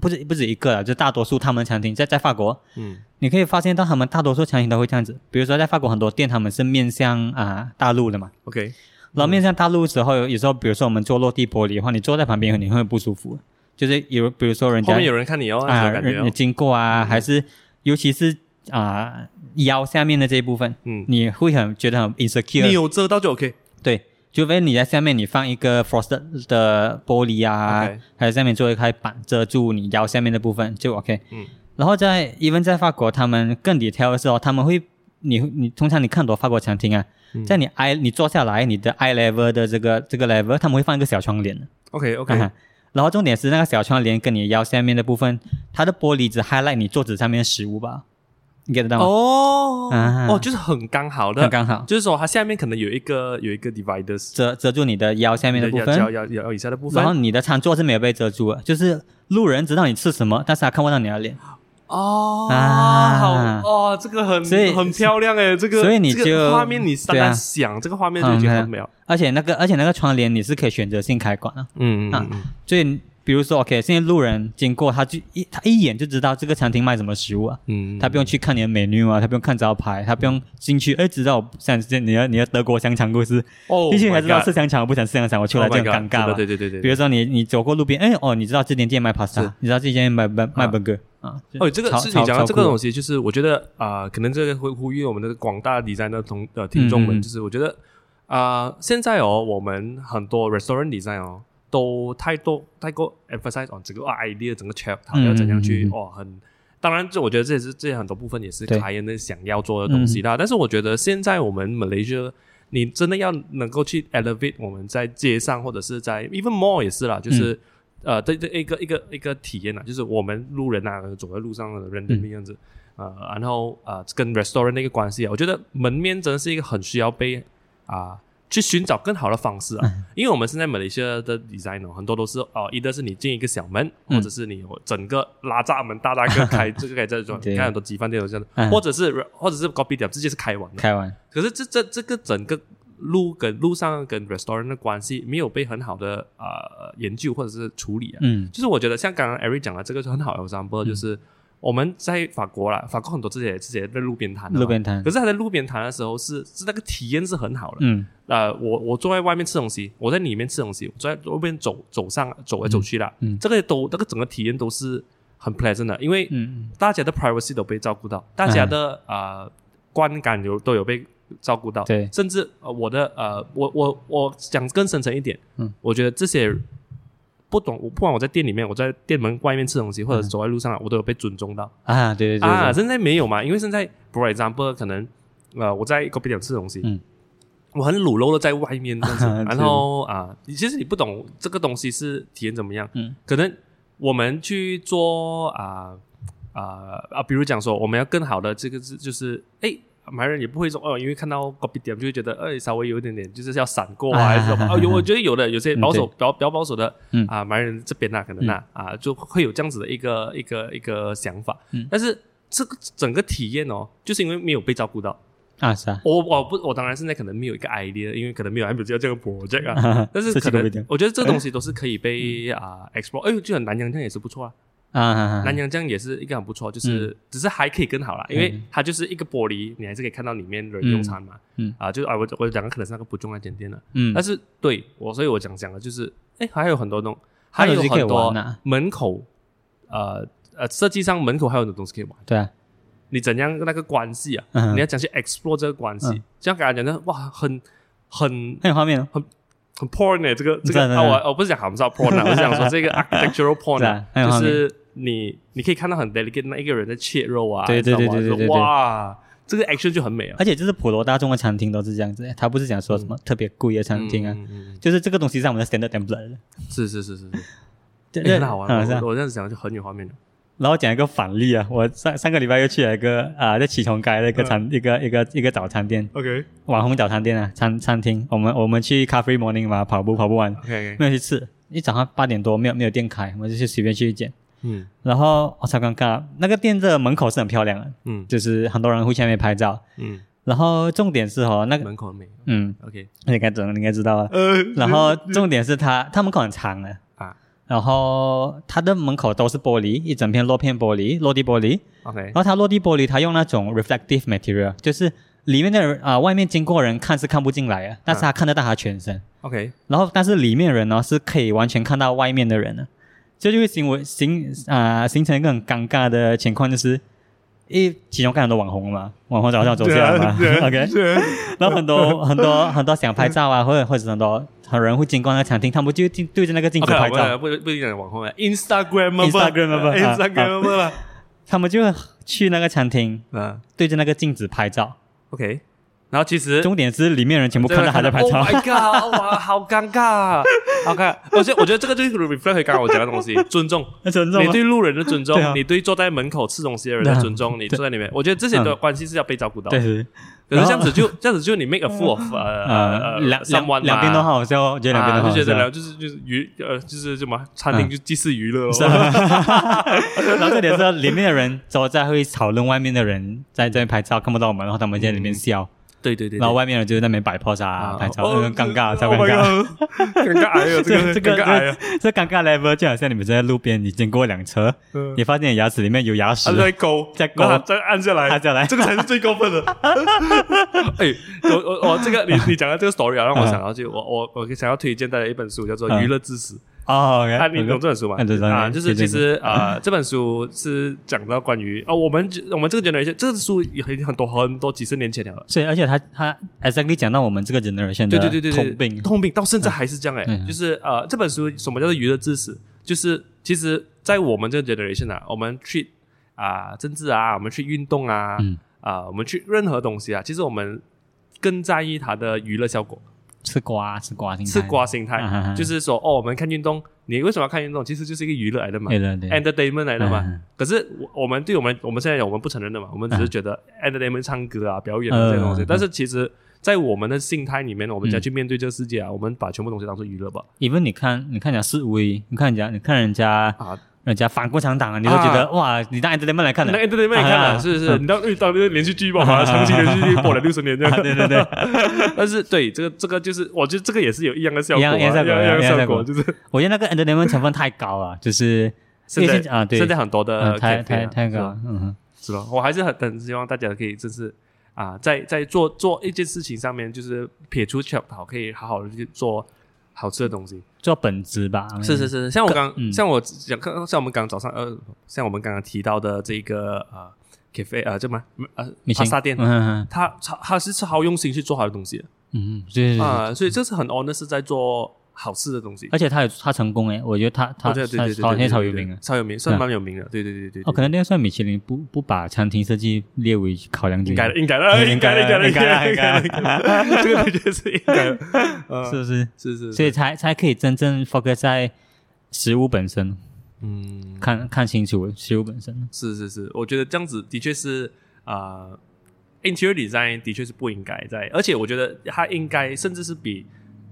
[SPEAKER 2] 不止不止一个啦，就大多数他们餐厅在在法国，
[SPEAKER 1] 嗯
[SPEAKER 2] 你可以发现到他们大多数餐厅都会这样子，比如说在法国很多店他们是面向啊大陆的嘛，
[SPEAKER 1] ，OK，
[SPEAKER 2] 然后面向大陆的时候，有有时候比如说我们坐落地玻璃的话，你坐在旁边你会不舒服，就是有比如说人
[SPEAKER 1] 后
[SPEAKER 2] 家
[SPEAKER 1] 面有人看你哦，
[SPEAKER 2] 啊，
[SPEAKER 1] 什么感觉
[SPEAKER 2] 人
[SPEAKER 1] 哦
[SPEAKER 2] 人，经过啊，还是尤其是啊、腰下面的这一部分，
[SPEAKER 1] 嗯，
[SPEAKER 2] 你会很觉得很
[SPEAKER 1] 你
[SPEAKER 2] insecure。
[SPEAKER 1] 有遮到就 OK，
[SPEAKER 2] 对，除非你在下面你放一个 frosted 的玻璃啊
[SPEAKER 1] OK
[SPEAKER 2] 还有下面做一块板遮住你腰下面的部分就 OK。
[SPEAKER 1] 嗯，
[SPEAKER 2] 然后在 even 在法国，他们更 detail 的时候，他们会。你你通常你看很多法国餐厅啊，
[SPEAKER 1] 嗯
[SPEAKER 2] 在你 eye 你坐下来，你的 eye level 的这个这个 level，他们会放一个小窗帘的。
[SPEAKER 1] OK
[SPEAKER 2] 啊
[SPEAKER 1] OK，
[SPEAKER 2] 哈，然后重点是那个小窗帘跟你腰下面的部分，它的玻璃只 highlight 你桌子上面的食物吧，你 get 得到吗？
[SPEAKER 1] 哦
[SPEAKER 2] 啊
[SPEAKER 1] 哦，就是很刚好
[SPEAKER 2] 很
[SPEAKER 1] 的，
[SPEAKER 2] 刚好
[SPEAKER 1] 就是说它下面可能有一个有一个 dividers
[SPEAKER 2] 遮遮住你的腰下面的部
[SPEAKER 1] 要要
[SPEAKER 2] 分，
[SPEAKER 1] 要要要以下的部
[SPEAKER 2] 然后
[SPEAKER 1] 分
[SPEAKER 2] 你的餐桌是没有被遮住的，就是路人知道你吃什么，但是他看不到你的脸，
[SPEAKER 1] 哦，
[SPEAKER 2] 啊
[SPEAKER 1] 好哦，这个很
[SPEAKER 2] 所以
[SPEAKER 1] 很漂亮哎，这个
[SPEAKER 2] 所以你
[SPEAKER 1] 这个
[SPEAKER 2] 就
[SPEAKER 1] 画面你单
[SPEAKER 2] 对啊
[SPEAKER 1] 单想这个画面就已经
[SPEAKER 2] 嗯
[SPEAKER 1] 很美了，
[SPEAKER 2] 而且那个而且那个窗帘你是可以选择性开关的，
[SPEAKER 1] 嗯
[SPEAKER 2] 啊所以比如说 OK，现在路人经过他就一他一眼就知道这个餐厅卖什么食物啊。
[SPEAKER 1] 嗯
[SPEAKER 2] 他不用去看你的美女啊，他不用看招牌，他不用进去，哎，知道我不想吃你的你的德国香肠故事，
[SPEAKER 1] 哦
[SPEAKER 2] 进去才知道
[SPEAKER 1] my
[SPEAKER 2] 是
[SPEAKER 1] god，
[SPEAKER 2] 香肠，我不想吃香肠，我出来就很
[SPEAKER 1] Oh my
[SPEAKER 2] 尴
[SPEAKER 1] god，真
[SPEAKER 2] 尬
[SPEAKER 1] 的
[SPEAKER 2] 嘛。
[SPEAKER 1] 对对对
[SPEAKER 2] 比
[SPEAKER 1] 对。
[SPEAKER 2] 如说你你走过路边，哎哦，你知道这间店卖
[SPEAKER 1] 是
[SPEAKER 2] pasta，你知道这间店卖卖卖 burger 啊？就
[SPEAKER 1] 哦，这个
[SPEAKER 2] 超
[SPEAKER 1] 是你
[SPEAKER 2] 超
[SPEAKER 1] 讲到
[SPEAKER 2] 超
[SPEAKER 1] 这个
[SPEAKER 2] 酷
[SPEAKER 1] 东西，就是我觉得啊、可能这个会呼吁我们的广大 design 的同呃听众
[SPEAKER 2] 嗯嗯
[SPEAKER 1] 们，
[SPEAKER 2] 嗯
[SPEAKER 1] 就是我觉得啊、现在哦，我们很多 restaurant design 哦，都太多太过 emphasize on 整个啊 idea 整个 chef 它
[SPEAKER 2] 嗯
[SPEAKER 1] 要怎样去、
[SPEAKER 2] 嗯嗯嗯
[SPEAKER 1] 哦，很当然这我觉得这也是这很多部分也是
[SPEAKER 2] 对嗯
[SPEAKER 1] client 的想要做的东西啦，但是我觉得现在我们 Malaysia。你真的要能够去 elevate 我们在街上或者是在 even more 也是啦，
[SPEAKER 2] 嗯
[SPEAKER 1] 就是、呃，这这一个一个一个体验啊，就是我们路人啊走在路上的人
[SPEAKER 2] 嗯
[SPEAKER 1] 的样子，呃，然后呃跟 restaurant 的一个关系啊，我觉得门面真的是一个很需要被啊、去寻找更好的方式啊，
[SPEAKER 2] 嗯
[SPEAKER 1] 因为我们现在马来西亚的 design 哦，很多都是哦，一个是你进一个小门，
[SPEAKER 2] 嗯
[SPEAKER 1] 或者是你有整个拉闸门大大个 开，这个开这种，
[SPEAKER 2] 对
[SPEAKER 1] 你看很多鸡饭店都这样的，
[SPEAKER 2] 嗯
[SPEAKER 1] 或者是或者是 copy 点直接是开完的，
[SPEAKER 2] 开完，
[SPEAKER 1] 可是这这这个整个路跟路上跟 restaurant 的关系没有被很好的呃研究或者是处理啊。
[SPEAKER 2] 嗯
[SPEAKER 1] 就是我觉得像刚刚 Eric 讲的这个就很好的 example，、就是我们在法国啦，法国很多自己自己在路边摊的嘛，
[SPEAKER 2] 路边摊
[SPEAKER 1] 可是他在路边摊的时候是是那个体验是很好的。
[SPEAKER 2] 嗯
[SPEAKER 1] 呃，我我坐在外面吃东西，我在里面吃东西，我坐在外面走走上走来走去啦，
[SPEAKER 2] 嗯
[SPEAKER 1] 这个都那个整个体验都是很 pleasant 的，因为
[SPEAKER 2] 嗯
[SPEAKER 1] 大家的 privacy 都被照顾到，大家的啊、呃、观感有都有被照顾到，
[SPEAKER 2] 对
[SPEAKER 1] 甚至呃我的呃我我我讲更深层一点，
[SPEAKER 2] 嗯，
[SPEAKER 1] 我觉得这些不懂，我不管我在店里面，我在店门外面吃东西，或者
[SPEAKER 2] 嗯
[SPEAKER 1] 走在路上，我都有被尊重到
[SPEAKER 2] 啊，对对对
[SPEAKER 1] 啊。
[SPEAKER 2] 对，
[SPEAKER 1] 现在没有嘛，因为现在 for example 可能呃我在 coffee 店吃东西，
[SPEAKER 2] 嗯。
[SPEAKER 1] 我很裸露的在外面这样子，
[SPEAKER 2] 对
[SPEAKER 1] 然后啊，你其实你不懂这个东西是体验怎么样，
[SPEAKER 2] 嗯
[SPEAKER 1] 可能我们去做啊啊啊，比如讲说我们要更好的这个是就是哎。马来人也不会说哦，因为看到 copy 点就会觉得，哎，稍微有一点点就是要闪过啊，
[SPEAKER 2] 啊
[SPEAKER 1] 还是什么？
[SPEAKER 2] 啊啊
[SPEAKER 1] 哦，有，我觉得有的有些
[SPEAKER 2] 嗯
[SPEAKER 1] 保守、
[SPEAKER 2] 对
[SPEAKER 1] 比较比较保守的
[SPEAKER 2] 嗯
[SPEAKER 1] 啊，马来人这边呐、可能呐啊就会有这样子的一个一个一个想法。
[SPEAKER 2] 嗯
[SPEAKER 1] 但是这个整个体验哦，就是因为没有被照顾到。
[SPEAKER 2] 啊是啊，
[SPEAKER 1] 我我不我当然现在可能没有一个 idea，因为可能没有哎 MBC 这个 project 啊，但是
[SPEAKER 2] 这
[SPEAKER 1] 可
[SPEAKER 2] 期都
[SPEAKER 1] 能
[SPEAKER 2] 不一定嗯
[SPEAKER 1] 我觉得这个东西都是可以被啊、explore，哎呦，就很南洋酱也是不错啊，
[SPEAKER 2] 啊啊啊
[SPEAKER 1] 南洋酱也是一个很不错，就是、只是还可以更好啦，因为
[SPEAKER 2] 嗯
[SPEAKER 1] 它就是一个玻璃，你还是可以看到里面人用餐嘛，
[SPEAKER 2] 嗯
[SPEAKER 1] 啊，就啊我我讲的可能是那个不重那间店了，
[SPEAKER 2] 嗯
[SPEAKER 1] 但是对我所以我讲讲的就是，哎，还有很多东，
[SPEAKER 2] 它
[SPEAKER 1] 还
[SPEAKER 2] 有
[SPEAKER 1] 有
[SPEAKER 2] 东西可以
[SPEAKER 1] 很
[SPEAKER 2] 玩
[SPEAKER 1] 多
[SPEAKER 2] 啊，
[SPEAKER 1] 门口，呃呃，设计上门口还有很多东西可以玩。
[SPEAKER 2] 对啊，
[SPEAKER 1] 你怎样那个关系啊？
[SPEAKER 2] 嗯
[SPEAKER 1] 你要讲去 explore 这个关系，
[SPEAKER 2] 嗯
[SPEAKER 1] 像刚才讲的，哇，很很
[SPEAKER 2] 很有画面哦，
[SPEAKER 1] 很 porn 呢、这个 这
[SPEAKER 2] 真
[SPEAKER 1] 个
[SPEAKER 2] 的
[SPEAKER 1] 啊，
[SPEAKER 2] 真的
[SPEAKER 1] 我我不是讲好不知道 porn 啊，我是讲说这个 architectural porn，、啊
[SPEAKER 2] 是啊很有画
[SPEAKER 1] 就
[SPEAKER 2] 面
[SPEAKER 1] 是你你可以看到很 delicate 那一个人在切肉啊，
[SPEAKER 2] 对对
[SPEAKER 1] 你知道吗
[SPEAKER 2] 对对对对对哎
[SPEAKER 1] 就是哇，这个 action 就很美啊，
[SPEAKER 2] 而且就是普罗大众的餐厅都是这样子，他不是讲说什么特别贵的餐厅啊，
[SPEAKER 1] 嗯，嗯嗯
[SPEAKER 2] 就是这个东西是我们的 standard template，
[SPEAKER 1] 是是是是是，
[SPEAKER 2] 对
[SPEAKER 1] 哎很 好玩，
[SPEAKER 2] 嗯是啊
[SPEAKER 1] 我我这样子讲就很有画面的，
[SPEAKER 2] 然后讲一个反例啊，我上上个礼拜又去了一个啊、在启崇街的一个
[SPEAKER 1] 嗯
[SPEAKER 2] 餐、一个一个一个早餐店，
[SPEAKER 1] OK
[SPEAKER 2] 网红早餐店啊，餐餐厅。我们我们去 Cafe Morning 嘛，跑步跑不完，
[SPEAKER 1] OK，
[SPEAKER 2] 没有去吃。一早上八点多没有没有店开，我们就去随便去一间。
[SPEAKER 1] 嗯
[SPEAKER 2] 然后我、哦、超尴尬，那个店的门口是很漂亮的，
[SPEAKER 1] 嗯
[SPEAKER 2] 就是很多人会去那边拍照。
[SPEAKER 1] 嗯，
[SPEAKER 2] 然后重点是哦，那个
[SPEAKER 1] 门口很美
[SPEAKER 2] 嗯，
[SPEAKER 1] ，OK，
[SPEAKER 2] 你应该懂，你应该知道啊。
[SPEAKER 1] 呃，
[SPEAKER 2] 然后重点是它它门口很长的，
[SPEAKER 1] 啊
[SPEAKER 2] 然后它的门口都是玻璃，一整片落片玻璃，落地玻璃。
[SPEAKER 1] OK
[SPEAKER 2] 然后它落地玻璃，它用那种 reflective material，就是里面的人啊、外面经过的人看是看不进来的，但是他看得到他全身。
[SPEAKER 1] OK，
[SPEAKER 2] 然后，但是里面人呢是可以完全看到外面的人的，这就会形为形啊、形成一个很尴尬的情况，就是因为其中看很多网红嘛，网红早上走下来嘛
[SPEAKER 1] 啊
[SPEAKER 2] ，OK，然后很多很多很多想拍照
[SPEAKER 1] 嗯
[SPEAKER 2] 啊，或者或者很多很多人会经过那个餐厅，他们就进对着那个镜子
[SPEAKER 1] OK，
[SPEAKER 2] 拍照
[SPEAKER 1] 啊我不不不一定讲网红了，Instagram
[SPEAKER 2] Instagram 吧啊
[SPEAKER 1] Instagram 吧，
[SPEAKER 2] 他们就去那个餐厅
[SPEAKER 1] 啊
[SPEAKER 2] 对着那个镜子拍照，
[SPEAKER 1] OK，然后其实
[SPEAKER 2] 重点是里面人全部看到他在拍照
[SPEAKER 1] Oh。my god！哇，好尴尬啊，好尴尬。而且我觉得这个就是 reflect 回刚刚我讲的 东西，尊重，
[SPEAKER 2] 那尊重
[SPEAKER 1] 你
[SPEAKER 2] 吗？
[SPEAKER 1] 对路人的尊重
[SPEAKER 2] 对啊，啊
[SPEAKER 1] 你对坐在门口吃东西的人的尊重，你坐在里面，我觉得这些的
[SPEAKER 2] 嗯
[SPEAKER 1] 关系是要被照顾到的。
[SPEAKER 2] 对
[SPEAKER 1] 可
[SPEAKER 2] 对，
[SPEAKER 1] 是这样子就这样子就你 make a fool of 呃
[SPEAKER 2] 呃，
[SPEAKER 1] 呃
[SPEAKER 2] 两两
[SPEAKER 1] someone
[SPEAKER 2] 两边都
[SPEAKER 1] 嘛
[SPEAKER 2] 好好笑哦，我觉得两边
[SPEAKER 1] 啊
[SPEAKER 2] 都好
[SPEAKER 1] 就
[SPEAKER 2] 好
[SPEAKER 1] 觉得
[SPEAKER 2] 笑
[SPEAKER 1] 了，。就是就是娱呃就是什么餐厅
[SPEAKER 2] 嗯
[SPEAKER 1] 就祭祀娱乐
[SPEAKER 2] 是
[SPEAKER 1] 哦，
[SPEAKER 2] 啊然后这里是里面的人都在会讨论外面的人在这边拍照看不到我们，然后他们在里面笑，
[SPEAKER 1] 对对对，
[SPEAKER 2] 然后
[SPEAKER 1] 对
[SPEAKER 2] 外面人就在那边摆 pose 啊
[SPEAKER 1] 啊
[SPEAKER 2] 拍照，
[SPEAKER 1] 哦
[SPEAKER 2] 很尴尬，
[SPEAKER 1] 这
[SPEAKER 2] 超尴尬。
[SPEAKER 1] Oh my god，尴 尬哎呦，这个
[SPEAKER 2] 这
[SPEAKER 1] 尴尬哎
[SPEAKER 2] 个
[SPEAKER 1] 呦，
[SPEAKER 2] 这尴尬 level 就好像你们在路边你经过辆车，
[SPEAKER 1] 嗯
[SPEAKER 2] 你发现你牙齿里面有牙
[SPEAKER 1] 他
[SPEAKER 2] 石，
[SPEAKER 1] 在勾，
[SPEAKER 2] 在勾
[SPEAKER 1] 然后他再按下来，
[SPEAKER 2] 按下来
[SPEAKER 1] 这个才是最过分 的。哎，我我我这个你你讲的这个 story 啊，让我想到就我我我想要推荐大家一本书，叫做《
[SPEAKER 2] 嗯
[SPEAKER 1] 娱乐知识》。
[SPEAKER 2] 哦，
[SPEAKER 1] 啊，你懂这本书吗
[SPEAKER 2] 嗯对？当然
[SPEAKER 1] 啊，就是其
[SPEAKER 2] 推荐
[SPEAKER 1] 实啊，这本书是讲到关于哦，我们我们这个 generation，这个书也很很多很多几十年前了。
[SPEAKER 2] 所以而且他他 exactly 讲到我们这个 generation
[SPEAKER 1] 对
[SPEAKER 2] 的
[SPEAKER 1] 对对对，对
[SPEAKER 2] 通病，
[SPEAKER 1] 通病到现在还是这样哎、
[SPEAKER 2] 嗯
[SPEAKER 1] 就是呃，这本书什么叫做娱乐知识？就是其实，在我们这个 generation 啊，我们去啊、政治啊，我们去运动啊，啊、
[SPEAKER 2] 嗯
[SPEAKER 1] 我们去任何东西啊，其实我们更在意它的娱乐效果，
[SPEAKER 2] 吃瓜吃瓜，听
[SPEAKER 1] 吃
[SPEAKER 2] 看
[SPEAKER 1] 瓜，心态，
[SPEAKER 2] 啊哈哈
[SPEAKER 1] 就是说哦，我们看运动，你为什么要看运动？其实就是一个娱乐来的嘛
[SPEAKER 2] 对对对，
[SPEAKER 1] ，entertainment 来的嘛。
[SPEAKER 2] 嗯
[SPEAKER 1] 可是我我们对我们我们现在有我们不承认的嘛，我们只是觉得 entertainment 唱歌啊、表演啊这些东西，
[SPEAKER 2] 嗯
[SPEAKER 1] 但是其实。在我们的心态里面，我们再去面对这个世界啊，我们把全部东西当做娱乐吧。
[SPEAKER 2] even 你看你看人家示威，你看人家你看人家
[SPEAKER 1] 啊，
[SPEAKER 2] 人家反共产党啊，你都觉得、哇，你当然这么来看的
[SPEAKER 1] 那，对对面看
[SPEAKER 2] 啊
[SPEAKER 1] 了，是不是？你到遇到那个连续剧爆发，长期连续剧播了六十年这 样。对对对。 但是对这个这个就是，我觉得这个也是有一样的效果啊，
[SPEAKER 2] 一样一样效果
[SPEAKER 1] 一样
[SPEAKER 2] 一样
[SPEAKER 1] 效
[SPEAKER 2] 效
[SPEAKER 1] 果，
[SPEAKER 2] 果
[SPEAKER 1] 就是
[SPEAKER 2] 我觉得那个 entertainment 成分太高了，就是
[SPEAKER 1] 现
[SPEAKER 2] 因为
[SPEAKER 1] 在
[SPEAKER 2] 现啊，对，
[SPEAKER 1] 现在很多的
[SPEAKER 2] 嗯太
[SPEAKER 1] cafe 啊
[SPEAKER 2] 太太
[SPEAKER 1] 是
[SPEAKER 2] 高
[SPEAKER 1] 吧
[SPEAKER 2] 了，嗯哼，
[SPEAKER 1] 是吧？我还是很很希望大家可以就是啊，在在做做一件事情上面，就是撇出巧讨，可以好好的去做好吃的东西。
[SPEAKER 2] 做本质吧，
[SPEAKER 1] 是是是，像我刚、
[SPEAKER 2] 嗯
[SPEAKER 1] 像我讲，像我们刚早上呃，像我们刚刚提到的这个呃 cafe 呃，叫什么呃
[SPEAKER 2] 米其林，
[SPEAKER 1] 沙店，
[SPEAKER 2] 嗯哼
[SPEAKER 1] 他他他是好用心去做好的东西的
[SPEAKER 2] 嗯，哎对对对，
[SPEAKER 1] 啊、所以这是很 honest 是在做好吃的东西。
[SPEAKER 2] 而且他有他成功哎，我觉得他他
[SPEAKER 1] 哦对对对
[SPEAKER 2] 他
[SPEAKER 1] 对对，
[SPEAKER 2] 好
[SPEAKER 1] 对
[SPEAKER 2] 像超
[SPEAKER 1] 对
[SPEAKER 2] 有
[SPEAKER 1] 对
[SPEAKER 2] 名的。嗯
[SPEAKER 1] 超有名，算蛮有名的。对对对对对
[SPEAKER 2] 啊哦，可能那个算米其林不不把餐厅设计列为考量之一
[SPEAKER 1] 应该的，应该的，
[SPEAKER 2] 应
[SPEAKER 1] 该
[SPEAKER 2] 该
[SPEAKER 1] 的，
[SPEAKER 2] 的
[SPEAKER 1] 哎应该的，
[SPEAKER 2] 应该的
[SPEAKER 1] 应该的，应该的， 这个的确是应 该的，呃
[SPEAKER 2] 是不是？
[SPEAKER 1] 是是，
[SPEAKER 2] 所以才才可以真正 focus 在食物本身，
[SPEAKER 1] 嗯，
[SPEAKER 2] 看看清楚食物本身。
[SPEAKER 1] 是是是，我觉得这样子的确是啊、i n t e r i o r design 的确是不应该在，而且我觉得它应该甚至是比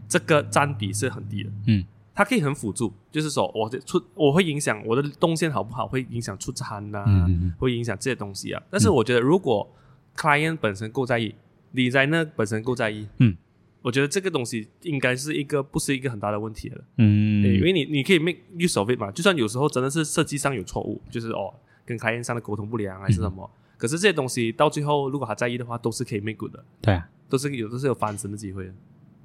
[SPEAKER 1] 这个占比是很低的，
[SPEAKER 2] 嗯，
[SPEAKER 1] 它可以很辅助，就是说我的出我会影响我的动线好不好，会影响出餐啊呐、
[SPEAKER 2] 嗯嗯嗯
[SPEAKER 1] 会影响这些东西啊。但是我觉得如果 client 本身够在意，designer 本身够在意，
[SPEAKER 2] 嗯。
[SPEAKER 1] 我觉得这个东西应该是一个不是一个很大的问题了，
[SPEAKER 2] 嗯，
[SPEAKER 1] 对，因为你你可以 make use of it 嘛，就算有时候真的是设计上有错误，就是哦跟 client 上的沟通不良啊
[SPEAKER 2] 嗯
[SPEAKER 1] 还是什么，可是这些东西到最后如果他在意的话，都是可以 make good 的，
[SPEAKER 2] 对啊，
[SPEAKER 1] 都是有都是有翻身的机会的。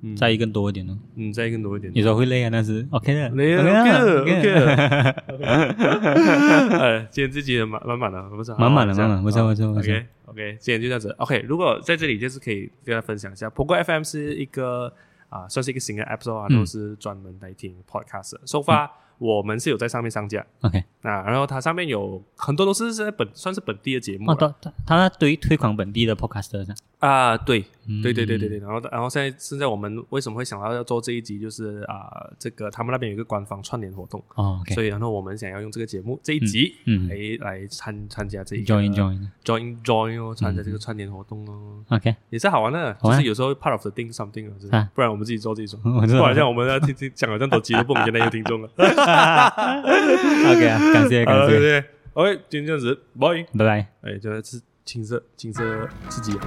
[SPEAKER 1] 嗯，
[SPEAKER 2] 在意更多一点哦。
[SPEAKER 1] 嗯再更多一点
[SPEAKER 2] 有。时候会累啊，但是 OK 的
[SPEAKER 1] 累啊
[SPEAKER 2] 的
[SPEAKER 1] OK 的
[SPEAKER 2] OK 的
[SPEAKER 1] 呃，今天这集也满满满了，不是
[SPEAKER 2] 满满了满满了不错不错不错
[SPEAKER 1] OK OK，今天就这样子。OK，如果在这里就是可以跟大家分享一下，不过 FM 是一个啊、算是一个新的 app store 啊，
[SPEAKER 2] 嗯
[SPEAKER 1] 都是专门来听 podcast 的。So far，、我们是有在上面上架，
[SPEAKER 2] OK。
[SPEAKER 1] 啊，然后它上面有很多都是在本算是本地的节目
[SPEAKER 2] 哦，
[SPEAKER 1] 了
[SPEAKER 2] 他他他对于推广本地的 podcaster 上，
[SPEAKER 1] 啊、对
[SPEAKER 2] 嗯
[SPEAKER 1] 对对对对对，然后然后现在现在我们为什么会想到要做这一集，就是啊、这个他们那边有一个官方串联活动，
[SPEAKER 2] 哦，OK，
[SPEAKER 1] 所以然后我们想要用这个节目这一集，
[SPEAKER 2] 嗯嗯
[SPEAKER 1] 来来参参加这一个
[SPEAKER 2] join join
[SPEAKER 1] join join 哦，参加这个串联活动哦，
[SPEAKER 2] OK，
[SPEAKER 1] 也是好玩的，
[SPEAKER 2] 好
[SPEAKER 1] 就
[SPEAKER 2] 玩
[SPEAKER 1] 是有时候 part of the thing something 啊，就是
[SPEAKER 2] 啊
[SPEAKER 1] 不然我们自己做自己做，
[SPEAKER 2] 我知
[SPEAKER 1] 不
[SPEAKER 2] 道
[SPEAKER 1] 然像我们要听听讲了这样多集都不明天那些听 众了，
[SPEAKER 2] OK 啊，感谢
[SPEAKER 1] 好了
[SPEAKER 2] 感
[SPEAKER 1] 对对
[SPEAKER 2] 哎谢，
[SPEAKER 1] 对，OK，今天这样子，拜。
[SPEAKER 2] 拜拜。
[SPEAKER 1] 哎，就是青涩青涩刺激。